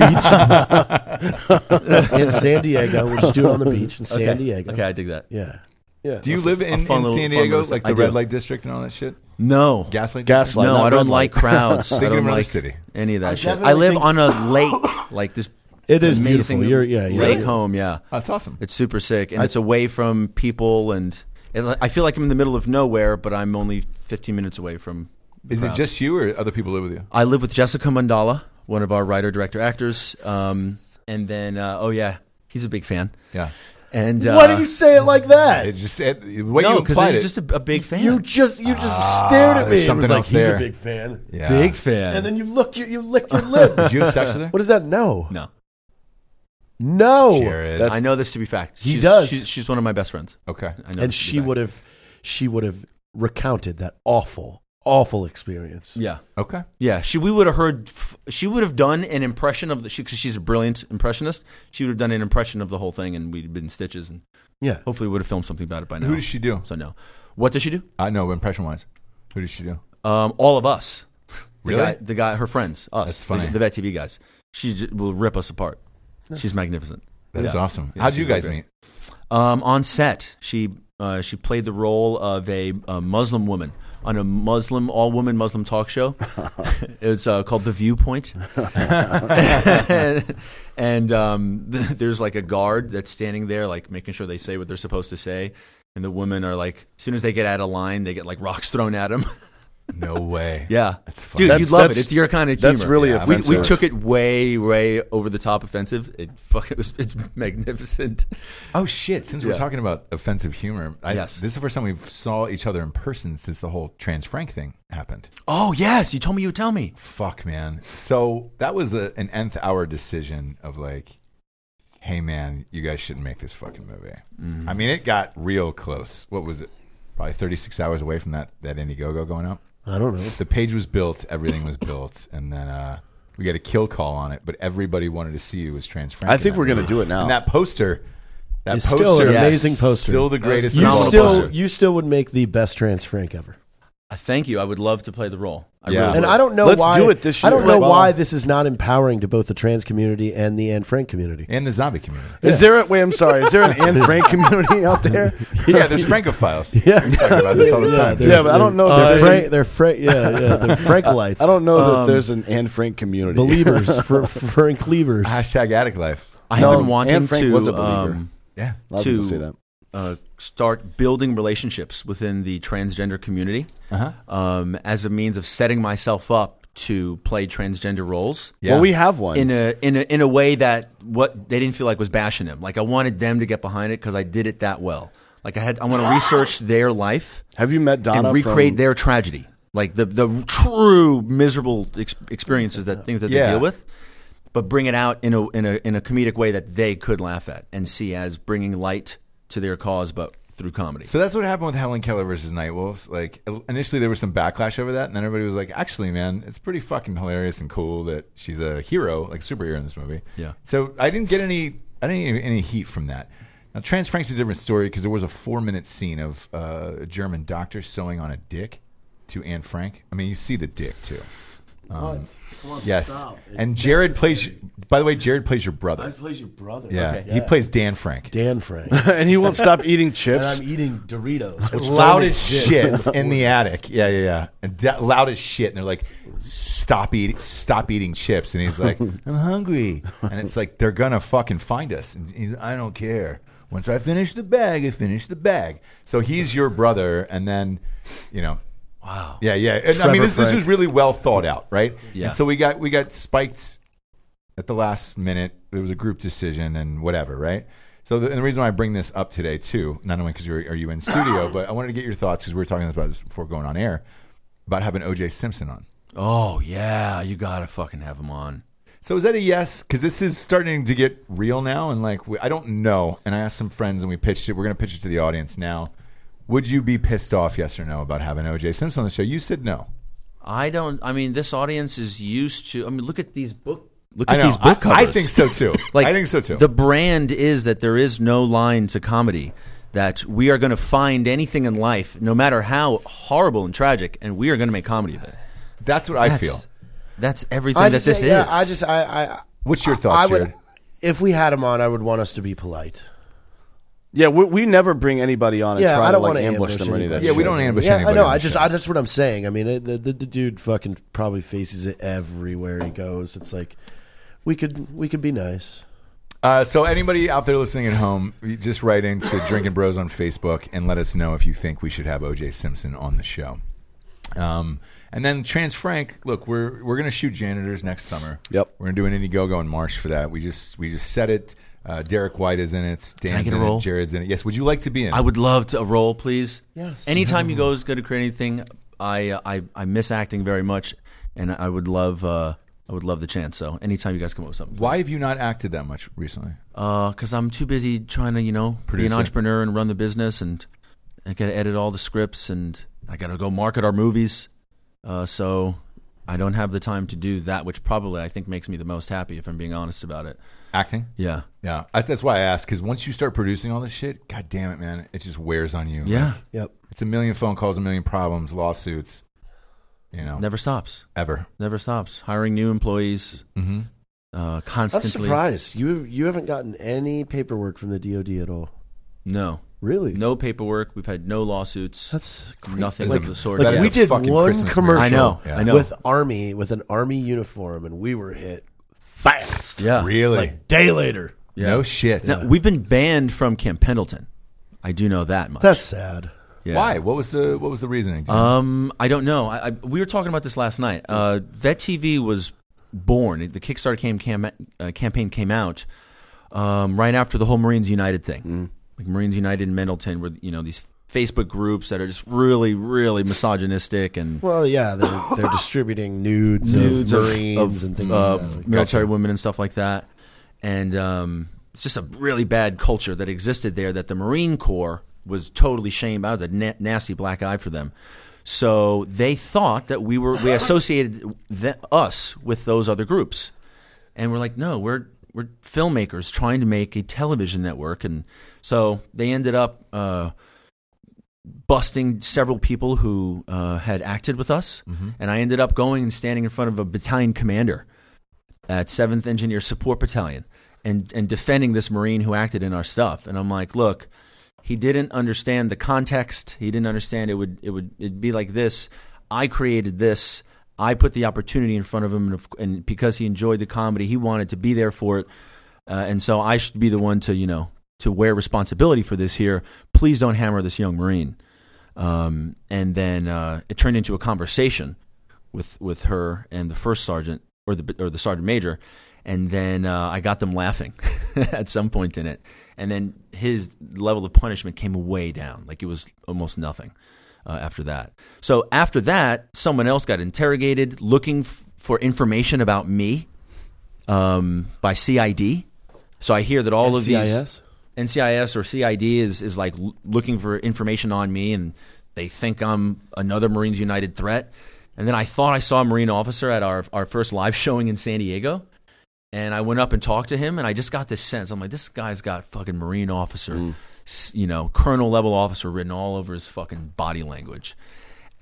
in San Diego. We'll just do it on the beach in San Diego. Okay, I dig that. Yeah. Yeah. *laughs* Do you live in, in fun little- San fun Diego, little- like I the do. red light district and all that shit? No. Gaslight. Gaslight. district? No, not I don't red like light. crowds. I Think of don't another like city. any of that shit. definitely I live think- on a lake, like this. It is amazing beautiful. You're- yeah, you're- lake home. Yeah, Oh, That's awesome. it's super sick, and it's away from people, and it, I feel like I'm in the middle of nowhere, but I'm only 15 minutes away from. Is it crowds. just you or other people live with you? I live with Jessica Mandala, one of our writer, director, actors, um, and then uh, oh yeah, he's a big fan. Yeah. And uh, Why did you say it like that? It's just it, the way you no, because implied he's it. just a, a big fan. You just you just stared there's at me. and something was like, else He's there." a big fan. yeah. big fan. And then you looked your you licked *laughs* your lips. Did you have sex *laughs* with her? what does that know? no, No. Jared. That's- I know this to be fact. He she's, does. She's, she's one of my best friends. okay. I know And this to be she fact. would have she would have recounted that awful awful experience. Yeah. Okay. Yeah, she we would have heard. f- She would have done an impression of the because she's a brilliant impressionist. She would have done an impression of the whole thing, and we'd been in stitches, and Yeah. hopefully would have filmed something about it by now. Who does she do? So no, what does she do? I know impression wise. Who does she do? Um, all *laughs* of us. The Really? guy, the guy, her friends, us, That's funny. The, the Vet TV guys. She j- will rip us apart. She's magnificent. That's Yeah. awesome. Yeah, How'd you she's really guys great. meet? Um, on set, she uh, she played the role of a, uh Muslim woman on a Muslim all woman Muslim talk *laughs* show. it was uh, called The *laughs* Viewpoint, and um, *laughs* there's like a guard that's standing there, like making sure they say what they're supposed to say. And the women are like, as soon as they get out of line, they get like rocks thrown at them. No way. *laughs* yeah, That's funny. dude, you That's- love it. that's- It's your kind of humor. that's really we, offensive. we took it way, way over the top offensive. It *laughs* fuck, it was it's magnificent. Oh shit! Since we're Yeah. talking about offensive humor, I, Yes. this is the first time we saw each other in person since the whole trans Frank thing happened. Oh yes, you told me you would tell me. Fuck, man. So that was a, an nth hour decision of like, hey, man, you guys shouldn't make this fucking movie. I mean, it got real close. What was it? Probably 36 hours away from that, that Indiegogo going up. I don't know. The page was built, everything was built, and then uh, we got a kill call on it, but everybody wanted to see you as trans Frank. I in think that we're gonna movie. do it now. And that poster, that It's poster, still an is amazing poster. Still the greatest. You Phenomenal phenomenal still poster. you still would make the best trans Frank ever. I thank you. I would love to play the role. I Yeah. really And would. I don't know Let's why do it this I don't year. know Well- why this is not empowering to both the trans community and the Anne Frank *laughs* community. and the zombie community. Is there a wait? I'm sorry. Is there *laughs* an Anne Frank community *laughs* out there? Yeah, there's *laughs* Francophiles. Yeah, we talk about this all the time. Yeah, but I don't know. They're there's Frank, an- they're Frank, yeah, yeah, they're *laughs* Franklights. I don't know Um, that there's an Anne Frank community. *laughs* believers, fr- Frank Levers. Hashtag addict life. I have No, been wanting Anne Frank to was a believer. um, Yeah. a lot of people to- say that. uh, start building relationships within the transgender community Uh-huh. um, as a means of setting myself up to play transgender roles. Yeah. Well, we have one. In a in a in a way that what they didn't feel like was bashing him. Like I wanted them to get behind it because I did it that well. Like I had I want to research their life have you met Donna? and recreate from, their tragedy, like the the true miserable ex- experiences that things that Yeah. they deal with, but bring it out in a in a in a comedic way that they could laugh at and see as bringing light to their cause, but through comedy. So that's what happened with Helen Keller versus Nightwolves. Like initially there was some backlash over that, and then everybody was like, "Actually, man, it's pretty fucking hilarious and cool that she's a hero, like superhero in this movie." Yeah. So I didn't get any, I didn't get any heat from that. Now, Trans Frank's a different story because there was a four-minute scene of uh, a German doctor sewing on a dick to Anne Frank. I mean, you see the dick too. Um, yes. And Jared plays. By the way, Jared plays your brother. plays your brother. Yeah. He plays Dan Frank. Dan *laughs* Frank. and he won't stop *laughs* eating and chips. I'm eating Doritos. Which loud don't as exist. shit in the attic. Yeah, yeah, yeah. And da- loud as shit. And they're like, "Stop eating, stop eating chips." And he's *laughs* like, "I'm hungry." And it's like they're gonna fucking find us. And he's, I don't care. Once I finish the bag, I finish the bag. So he's your brother, and then, you know, wow, yeah, yeah. And I mean, this, this was really well thought out, right? Yeah. And so we got we got spiked at the last minute. It was a group decision and whatever, right? So the, and the reason why I bring this up today too, not only because you're are you in *laughs* studio, but I wanted to get your thoughts because we were talking about this before going on air about having OJ Simpson on. Oh yeah, you gotta fucking have him on. So is that a yes? Because this is starting to get real now, and like we, I don't know. And I asked some friends, and we pitched it. We're going to pitch it to the audience now. Would you be pissed off, yes or no, about having OJ Simpson on the show? You said no. I don't. I mean, this audience is used to. I mean, look at these book. Look I at know. these book I- covers. I think so, *laughs* too. I think so, too. The brand is that there is no line to comedy. That we are going to find anything in life, no matter how horrible and tragic, and we are going to make comedy of it. That's what I That's- feel. That's everything I that just this think- yeah, is. I just I, I What's your I- thoughts, I would, Jared? If we had him on, I would want us to be polite. yeah, we, we never bring anybody on and Yeah, try I to don't like wanna ambush them or any of that. Yeah, we shit. don't ambush Yeah, anybody. I No, on I the just show. I, that's what I'm saying. I mean, it, the, the the dude fucking probably faces it everywhere he goes. It's like we could we could be nice. Uh, so anybody out there listening at home, you just write into Drinking Bros on Facebook and let us know if you think we should have OJ Simpson on the show. Um, and then Trans Frank, look, we're we're gonna shoot janitors next summer. Yep. we're gonna do an Indiegogo in March for that. We just we just set it. Uh, Derek White is in it. Dan's get a in it. role? Jared's in it. Yes. Would you like to be in? I it? would love to a role, please. Yes. Anytime you go is going to create anything. I uh, I I miss acting very much, and I would love uh, I would love the chance. So anytime you guys come up with something, Why have you not acted that much recently? Because uh, I'm too busy trying to you know be Produce it. an entrepreneur and run the business, and I got to edit all the scripts, and I got to go market our movies. Uh, so I don't have the time to do that, which probably I think makes me the most happy if I'm being honest about it. Acting. Yeah. Yeah, I, that's why I asked. Because once you start producing all this shit, god damn it, man, it just wears on you. Yeah. Yep. It's a million phone calls, a million problems, lawsuits. You know, Never stops. ever. Never stops. Hiring new employees. Mm-hmm. Uh, I'm constantly. surprised you you haven't gotten any paperwork from the DoD at all. No. Really? No paperwork. We've had no lawsuits. That's crazy. nothing Like- of the sort. like That is we a did fucking one Christmas commercial. I know. Yeah. I know. with army with an army uniform, and we were hit fast. yeah. Really? Like day later. No shit. Now, we've been banned from Camp Pendleton. I do know that much. That's sad. Yeah. Why? What was the what was the reasoning? Um, I don't know. I, I, we were talking about this last night. Uh, Vet TV was born. The Kickstarter came cam, uh, campaign came out um, right after the whole Marines United thing. Like Marines United in Mendleton were you know these Facebook groups that are just really really misogynistic and Well, yeah, they're they're distributing nudes, nudes of of, Marines of, uh, and things of like that. military women and stuff like that. And um, it's just a really bad culture that existed there that the Marine Corps was totally shamed. I was a na- nasty black eye for them. So they thought that we were we associated th- us with those other groups, and we're like, no, we're we're filmmakers trying to make a television network, and so they ended up. Uh, busting several people who uh, had acted with us, and I ended up going and standing in front of a battalion commander at Seventh Engineer Support Battalion and and defending this Marine who acted in our stuff. And I'm like, look, he didn't understand the context. He didn't understand it would it would it'd be like this. I created this. I put the opportunity in front of him, and, of, and because he enjoyed the comedy, he wanted to be there for it. Uh, and so I should be the one to you know to wear responsibility for this here. Please don't hammer this young Marine um, and then uh, it turned into a conversation with with her and the first sergeant or the or the sergeant major, and then uh, I got them laughing *laughs* at some point in it, and then his level of punishment came way down, like it was almost nothing uh, after that. So after that, someone else got interrogated, looking f- for information about me um, by CID. So I hear that all of these CIS? NCIS or CID is is like l- looking for information on me, and they think I'm another Marines United threat. And then I thought I saw a Marine officer at our our first live *laughs* showing in San Diego, and I went up and talked to him, and I just got this sense. I'm like, this guy's got fucking Marine officer, s- you know, colonel level officer written all over his fucking body language.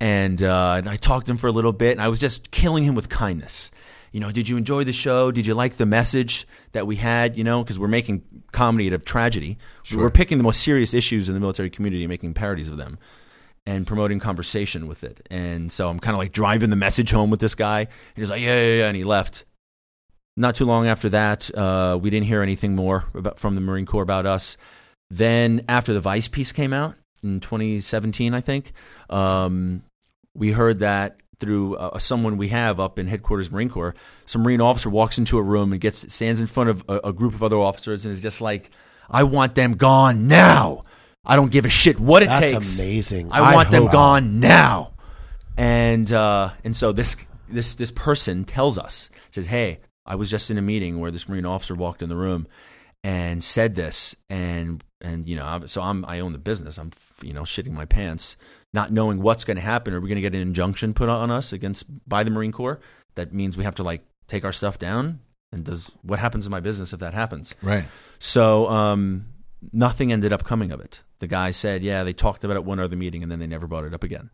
And, uh, and I talked to him for a little bit, and I was just killing him with kindness. You know, did you enjoy the show? Did you like the message that we had? You know, because we're making comedy out of tragedy. We're picking the most serious issues in the military community and making parodies of them and promoting conversation with it. And so I'm kind of like driving the message home with this guy. And he's like, yeah, yeah, yeah. And he left. Not too long after that, uh, we didn't hear anything more about, from the Marine Corps about us. Then, after the Vice piece came out in 2017, I think, um, we heard that through uh, someone we have up in headquarters Marine Corps, some Marine officer walks into a room and gets stands in front of a, a group of other officers and is just like, "I want them gone now. I don't give a shit what it That's takes. amazing. I, I want them hope- gone now." And uh, and so this this this person tells us says, "Hey, I was just in a meeting where this Marine officer walked in the room and said this and and you know I'm- so I'm I own the business. I'm you know shitting my pants, not knowing what's going to happen. Are we going to get an injunction put on us against by the Marine Corps? That means we have to like take our stuff down. And does what happens in my business if that happens? Right. So um, nothing ended up coming of it. The guy said, yeah, they talked about it one other meeting and then they never brought it up again.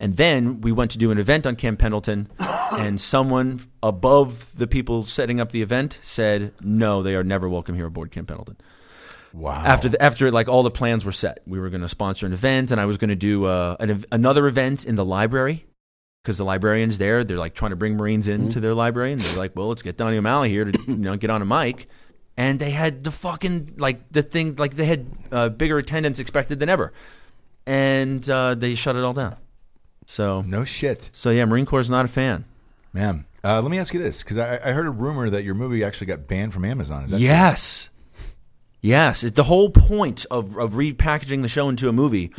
And then we went to do an event on Camp Pendleton, and someone above the people setting up the event said, "No, they are never welcome here aboard Camp Pendleton." Wow. After the, after like all the plans were set, we were going to sponsor an event, and I was going to do uh, an, ev- another event in the library because the librarians there they're like trying to bring Marines into their library, and they're like, "Well, let's get Donnie O'Malley here to you know get on a mic." And they had the fucking like the thing like they had uh, bigger attendance expected than ever, and uh, they shut it all down. So no shit, so yeah, Marine Corps is not a fan. man. Uh, let me ask you this, because I, I heard a rumor that your movie actually got banned from Amazon. Is that true? yes, yes. It, the whole point of, of repackaging the show into a movie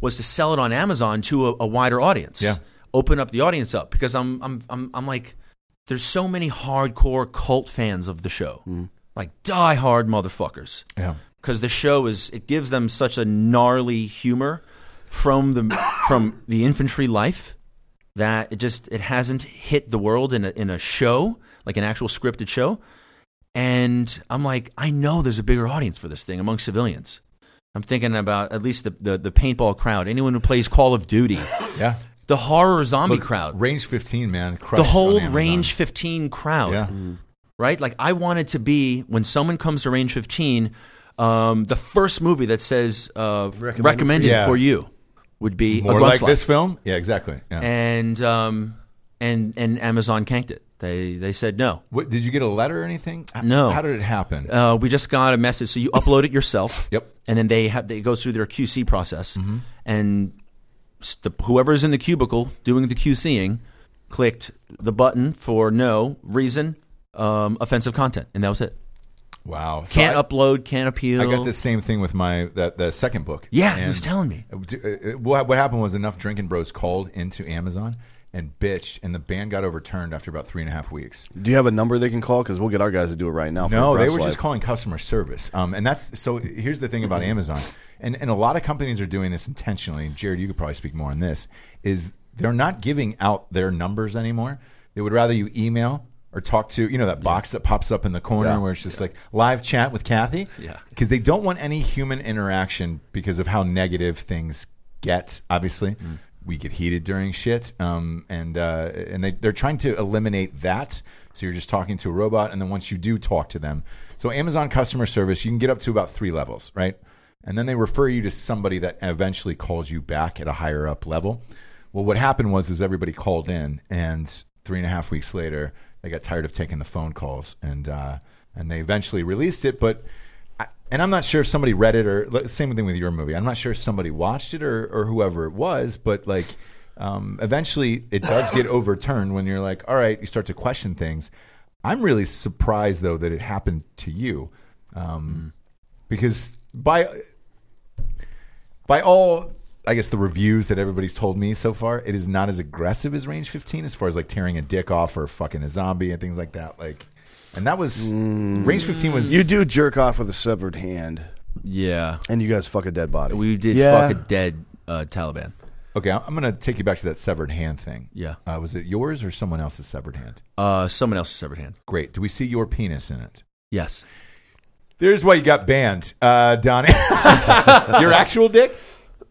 was to sell it on Amazon to a, a wider audience. Yeah. open up the audience up because I'm I'm I'm I'm like, there's so many hardcore cult fans of the show, like die hard motherfuckers Yeah. because the show is it gives them such a gnarly humor from the from the infantry life that it just it hasn't hit the world in a in a show like an actual scripted show and i'm like i know there's a bigger audience for this thing among civilians i'm thinking about at least the the, the paintball crowd anyone who plays call of duty Yeah. the horror zombie Look, crowd Range 15, man. the crushed on whole Amazon. range Mm. 15 crowd Yeah. Mm. right? Like I wanted to be when someone comes to Range 15, um, the first movie that says uh, recommended, for you. for you would be a More Grunt's like Life. this film? Yeah, exactly. Yeah. and um, and and Amazon canked it. They they said no. what, did you get a letter or anything? H- No. How did it happen? Uh, we just got a message. So you upload it yourself. *coughs* Yep. Mm-hmm. And then they have they it goes through their QC process, and s- the, whoever is in the cubicle doing the QCing clicked the button for no reason um, offensive content, and that was it. wow. So Can't I- upload, can't appeal. I got the same thing with my that the second book. Yeah, he was telling me. Uh, What what happened was enough drinking bros called into Amazon and bitched, and the ban got overturned after about three and a half weeks. Do you have a number they can call? Because we'll get our guys to do it right now. for No, they Brett's were life. just calling customer service. Um, and that's so. Here's the thing about Amazon, and and a lot of companies are doing this intentionally. And Jared, you could probably speak more on this. Is they're not giving out their numbers anymore. They would rather you email or talk to you know that box that pops up in the corner where it's just like live chat with Kathy. Yeah. because they don't want any human interaction because of how negative things get. Obviously. We get heated during shit, um, and uh, and they, they're trying to eliminate that. So you're just talking to a robot, and then once you do talk to them, so Amazon customer service, you can get up to about three levels, right? And then they refer you to somebody that eventually calls you back at a higher up level. Well, what happened was is everybody called in, and three and a half weeks later, they got tired of taking the phone calls, and uh, and they eventually released it. But I, and I'm not sure if somebody read it or like, same thing with your movie. I'm not sure if somebody watched it or or whoever it was, but like um, eventually it does get overturned when you're like, all right, you start to question things. I'm really surprised though that it happened to you, um, because by by all I guess the reviews that everybody's told me so far, it is not as aggressive as Range 15 as far as like tearing a dick off or fucking a zombie and things like that. Like, and that was Range 15 was You do jerk off with a severed hand. Yeah, and you guys fuck a dead body. we did Yeah. fuck a dead uh, Taliban. Okay, I- I'm going to take you back to that severed hand thing. Yeah. Uh, was it yours or someone else's severed hand? Uh, someone else's severed hand. Great. Do we see your penis in it? Yes. There's why you got banned, uh, Donnie. *laughs* your actual dick?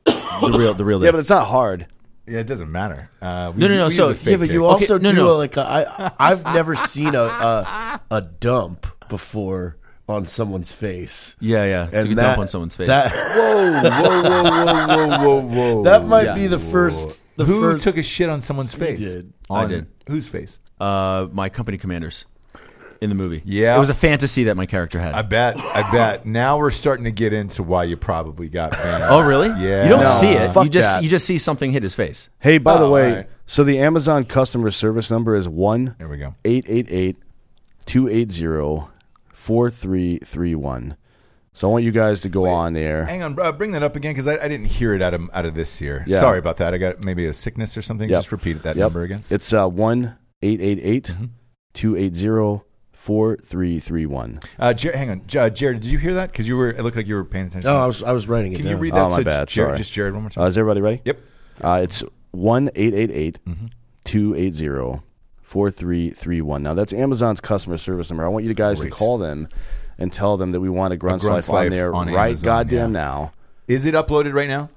The real, the real. yeah, but it's not hard. Yeah, it doesn't matter. Uh, we, No, no, no, we use so- a yeah, fake Yeah, but you dick. also no, do no. A, like a, I, I've never seen a, a a dump before on someone's face. yeah, yeah. So you can that- dump on someone's face. That, whoa, whoa, whoa, whoa, whoa, whoa, whoa. that might Yeah. be the first. The Who first, took a shit on someone's face? did. On I did. Whose face? uh, my company commanders in the movie. Yeah. it was a fantasy that my character had. I bet. I bet. Now we're starting to get into why you probably got banned. oh, really? Yeah. You don't No. see it. Fuck you just that. you just see something hit his face. Hey, by the Oh, way, alright. so the Amazon customer service number is one There we go. 888-280-4331. So I want you guys to go on there. Hang on, uh, bring that up again because I, I didn't hear it out of out of this year. Yeah. Sorry about that. I got maybe a sickness or something. Yep. Just repeat that Yep. number again. Mm-hmm. It's uh, 1-888-280-4331. Uh, Jer- hang on, J- uh, Jared. Did you hear that? Because you were. It looked like you were paying attention. no, I was I was writing it Can down. you read that Oh, my to bad. Jared? Sorry. Just Jared one more time. Uh, is everybody ready? yep. Uh, it's 1-888-280-4331. Now, that's Amazon's customer service number. I want you guys Great. to call them and tell them that we want a Grunt's, Grunt's Life on Life there on right Amazon, goddamn yeah. now. Is it uploaded right now,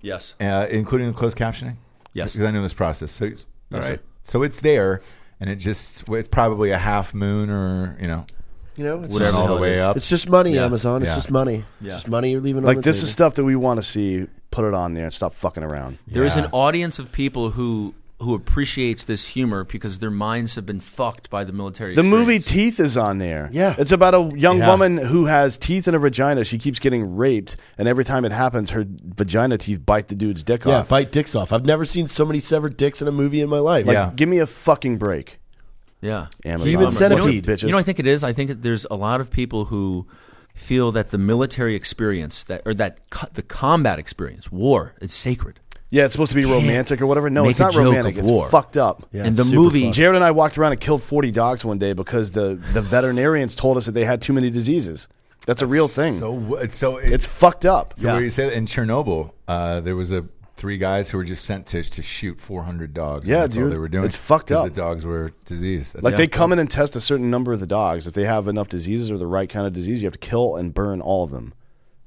Yes. uh, including the closed captioning? Yes. Because I know this process. So, all right. sir. So it's there, and it just it's probably a half moon or you know You know, it's Whatever just, the all hell the it way is. up. it's just money, Yeah. Amazon. It's Yeah. just money. It's just money you're leaving. on Like the this table. is stuff that we want to see. Put it on there and stop fucking around. Yeah. There is an audience of people who who appreciates this humor because their minds have been fucked by the military. The movie experience. Teeth is on there. Yeah. it's about a young Yeah. woman who has teeth in her vagina. She keeps getting raped, and every time it happens, her vagina teeth bite the dude's dick Yeah, off. bite dicks off. I've never seen so many severed dicks in a movie in my life. Like, Yeah. give me a fucking break. yeah, Amazon. Human What the centipede. bitches. You know, what I think it is. I think that there's a lot of people who feel that the military experience that or that co- the combat experience, war, is sacred. yeah, it's supposed to be romantic or whatever. No, make it's not a joke romantic. of It's war. fucked up. Yeah, and the it's super movie, Jared and I walked around and killed forty dogs one day because the the veterinarians told us that they had too many diseases. That's, a real thing. So it's so it's fucked up. So where you say that in Chernobyl, uh, there was a three guys who were just sent to to shoot 400 dogs. and Yeah, that's All dude. they were doing. It's fucked 'cause up. The dogs were diseased. That's Like yeah. they come in and test a certain number of the dogs. If they have enough diseases or the right kind of disease, you have to kill and burn all of them.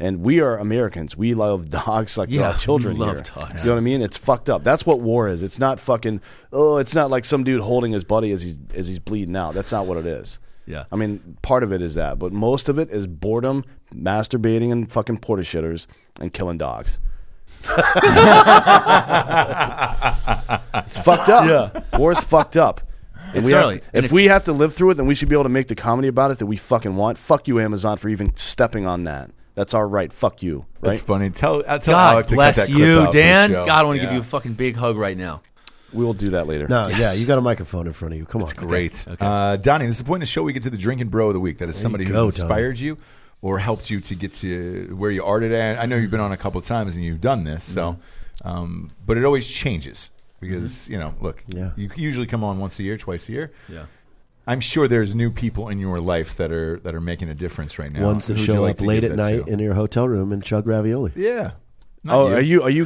And we are Americans. We love *laughs* dogs like they're Yeah, our children. we love here. dogs. You know what I mean? It's fucked up. That's what war is. It's not fucking. Oh, it's not like some dude holding his buddy as he's as he's bleeding out. That's not what it is. Yeah. I mean, part of it is that, but most of it is boredom, masturbating, and fucking porta shitters and killing dogs. it's fucked up. Yeah. War's fucked up. And It's we have gnarly. to- And if if- we have to live through it, then we should be able to make the comedy about it that we fucking want. Fuck you, Amazon, for even stepping on that. That's our right. Fuck you. Right? That's funny. Tell uh, tell God Alec to cut bless that clip out you, for the Dan. show. God, I want to Yeah. give you a fucking big hug right now. we will do that later. No, yeah, you got a microphone in front of you. Come on, Great. Uh, Donnie, this is the point in the show we get to the drinking bro of the week. That is somebody go, who's inspired you or helped you to get to where you are today. I know you've been on a couple of times and you've done this, so um, but it always changes because you know, look, Yeah. you usually come on once a year, twice a year. Yeah. I'm sure there's new people in your life that are that are making a difference right now. Ones that Who would you show like up to late give at that night to? in your hotel room and chug ravioli. yeah. Not Oh, you. are you are you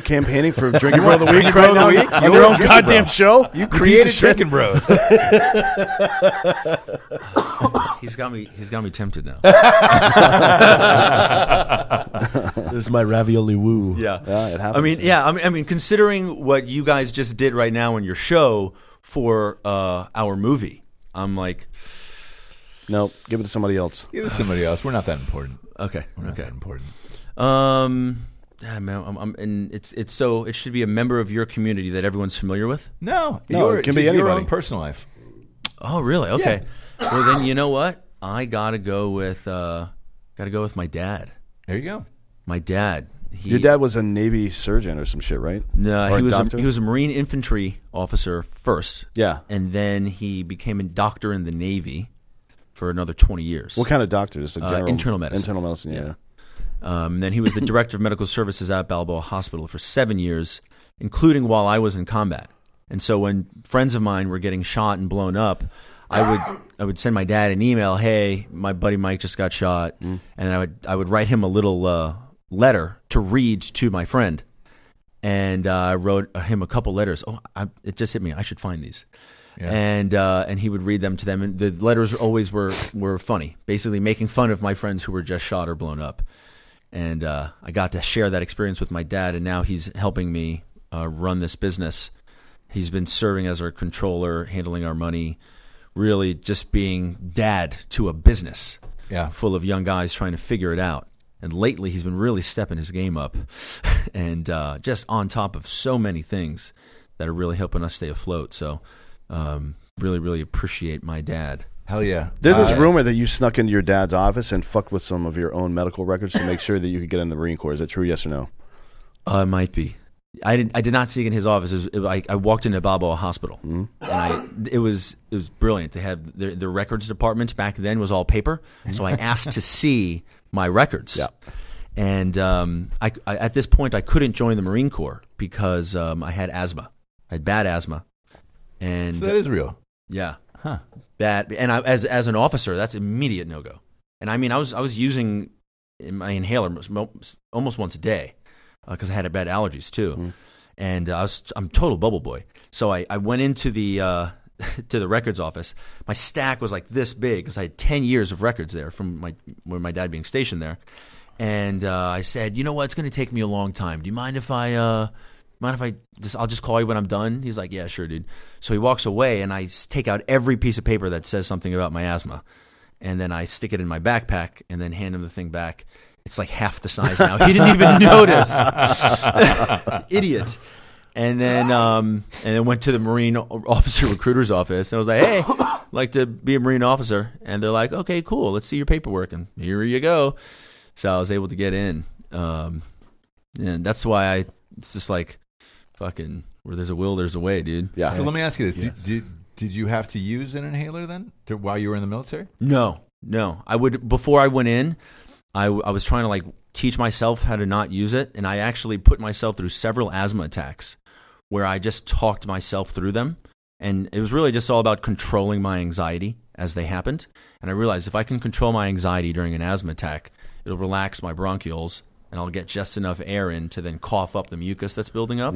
*laughs* campaigning for drinking bro of the week Drinking Bro right of the now Week? on You're your own Drinking Bro. goddamn show? You piece of created shit. Drinking Bros. He's got me. He's got me tempted now. This is my ravioli woo. Yeah, Yeah, it happens. I mean, yeah, I mean, I mean, considering what you guys just did right now in your show for uh, our movie, I'm like, No, give it to somebody else. Give it to somebody else. We're not that important. okay, We're not okay. that important. Um, ah, man, I'm, I'm, and it's it's so it should be a member of your community that everyone's familiar with. No, No, your- it can be your anybody. own personal life. Oh, really? Okay. Well, then you know what? I gotta go with uh, gotta go with my dad. There you go. My dad. He, Your dad was a Navy surgeon or some shit, right? No, Or he was doctor? a, he was a Marine infantry officer first. Yeah. and then he became a doctor in the Navy for another twenty years. What kind of doctor? Just a Uh, general internal medicine. Internal medicine. Yeah. Um, then he was the director of medical services at Balboa Hospital for seven years, including while I was in combat. And so when friends of mine were getting shot and blown up, I would I would send my dad an email. Hey, my buddy Mike just got shot, and I would I would write him a little uh, letter to read to my friend, and uh, I wrote him a couple letters. Oh, I, it just hit me. I should find these. And uh, and he would read them to them, and the letters always were were funny, basically making fun of my friends who were just shot or blown up. And uh, I got to share that experience with my dad, and now he's helping me uh, run this business. He's been serving as our controller, handling our money, really just being dad to a business Yeah. full of young guys trying to figure it out. And lately, he's been really stepping his game up *laughs* and uh, just on top of so many things that are really helping us stay afloat. So, um, really, really appreciate my dad. Hell yeah. There's this Uh, rumor that you snuck into your dad's office and fucked with some of your own medical records to make sure that you could get in the Marine Corps. Is that true? Yes or no? Uh, it might be. I did. I did not see it in his office. It was, I, I walked into Balboa Hospital, Mm-hmm. and I, it was it was brilliant. They had the, the records department back then was all paper, so I asked to see my records. Yeah. And um, I, I- at this point, I couldn't join the Marine Corps because um, I had asthma. I had bad asthma, and So that is real. yeah, Huh. that and I, as as an officer, that's immediate no go. And I mean, I was I was using my inhaler most- mo- almost once a day because I had bad allergies too, and uh, I was I'm total bubble boy. So I, I went into the uh, *laughs* to the records office. My stack was like this big because I had ten years of records there from my when my dad being stationed there, and uh, I said, you know what, it's going to take me a long time. Do you mind if I? Uh, Mind if I just I'll just call you when I'm done? He's like, "Yeah, sure, dude." So he walks away and I s- take out every piece of paper that says something about my asthma and then I stick it in my backpack and then hand him the thing back. It's like half the size now. He didn't even *laughs* notice. Idiot. And then um, and then went to the Marine officer *laughs* recruiter's office and I was like, "Hey, *coughs* I'd like to be a Marine officer." And they're like, "Okay, cool. Let's see your paperwork." And here you go. So I was able to get in. Um, and that's why I it's just like fucking where there's a will, there's a way, dude. Yeah. So let me ask you this: did, did did you have to use an inhaler then to, while you were in the military? No, no. I would before I went in, I, I was trying to like teach myself how to not use it, and I actually put myself through several asthma attacks where I just talked myself through them, and it was really just all about controlling my anxiety as they happened. And I realized if I can control my anxiety during an asthma attack, it'll relax my bronchioles, and I'll get just enough air in to then cough up the mucus that's building up,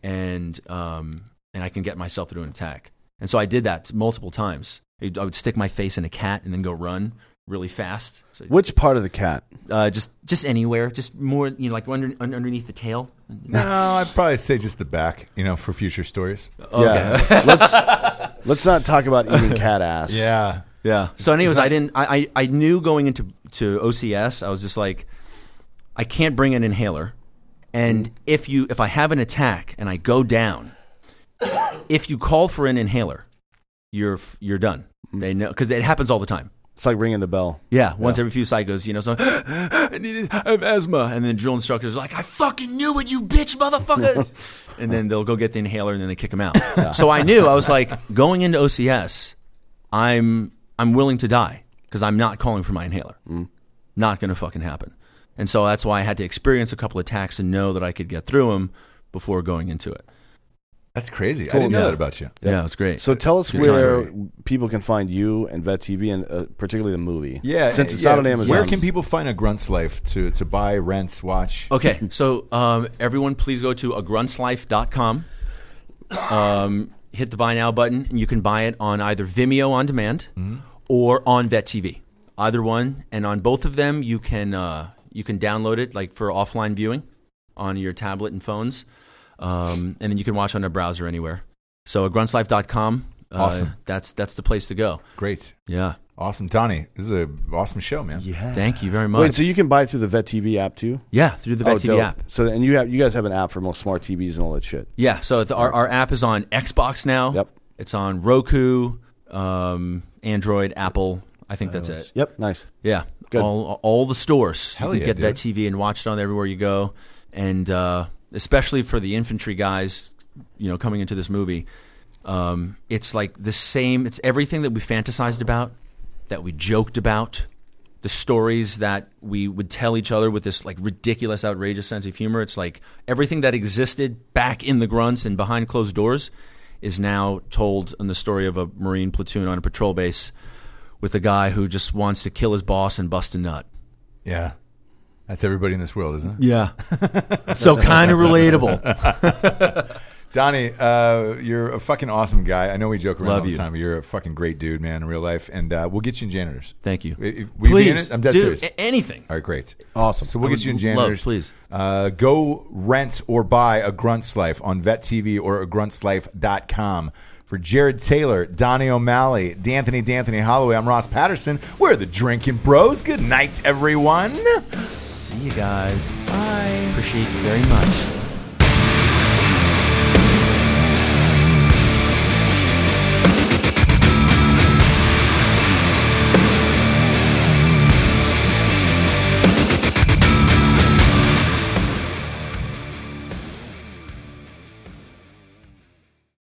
and um, and I can get myself through an attack. And so I did that multiple times. I I would stick my face in a cat and then go run really fast. So Which part of the cat? uh, just just anywhere, just more you know, like under, un- underneath the tail. No, I'd probably say just the back. You know, for future stories. *laughs* Yeah. let's let's not talk about eating cat ass. Yeah. *laughs* Yeah. So, anyways, I didn't. I, I I knew going into to OCS, I was just like, I can't bring an inhaler, and if you if I have an attack and I go down, if you call for an inhaler, you're f- you're done. They know because it happens all the time. It's like ringing the bell. Yeah, once every few cycles, you know, so *gasps* I needed I have asthma, and then drill instructors are like, "I fucking knew it, you bitch, *laughs* motherfucker!" and then they'll go get the inhaler, and then they kick them out. So I knew I was like going into OCS, I'm I'm willing to die because I'm not calling for my inhaler. Not gonna fucking happen. And so that's why I had to experience a couple attacks and know that I could get through them before going into it. That's crazy. I Cool. didn't know Yeah. that about you. Yeah, it was great. So tell us Good where time. people can find you and Vet TV and uh, particularly the movie. Yeah. Since it's yeah. out on Amazon. Where can people find a Grunt's Life to to buy, rent, watch? *laughs* Okay, so um, everyone, please go to agruntslife.com. Um, hit the buy now button, and you can buy it on either Vimeo on demand Mm-hmm. or on Vet TV. Either one, and on both of them, you can uh, you can download it like for offline viewing on your tablet and phones, um, and then you can watch on a browser anywhere. So agruntslife.com. Uh, Awesome. That's that's the place to go. Great. Yeah. Awesome, Donnie. This is a awesome show, man. Thank you very much. Wait, so you can buy it through the Vet TV app too? Oh, yeah, through the Vet TV dope. app. So and you have you guys have an app for most smart TVs and all that shit. Yeah, so the, our, our app is on Xbox Oh. now. Yep. It's on Roku, um, Android, Apple. I think that's it. Yep. Nice. Yeah. Good. All, all the stores. Hell you yeah, can get that dude. TV and watch it on everywhere you go. And uh, especially for the infantry guys, you know, coming into this movie, um, it's like the same. It's everything that we fantasized about, that we joked about, the stories that we would tell each other with this like ridiculous, outrageous sense of humor. It's like everything that existed back in the grunts and behind closed doors is now told in the story of a Marine platoon on a patrol base with a guy who just wants to kill his boss and bust a nut. Yeah. That's everybody in this world, isn't it? Yeah. *laughs* so kind of relatable. Donnie, uh, you're a fucking awesome guy. I know we joke around Love all the you. time, but you're a fucking great dude, man, in real life. And uh, we'll get you in janitors. Thank you. I- I- will you be in Please, it? I'm dead dude, serious. a- anything. All right, great. Awesome. So we'll I get you in would love, janitors. please. Uh, go rent or buy a Grunt's Life on Vet TV or gruntslife.com. For Jared Taylor, Donnie O'Malley, D'Anthony D'Anthony Holloway, I'm Ross Patterson. We're the Drinking Bros. Good night, everyone. See you guys. Bye. Appreciate you very much.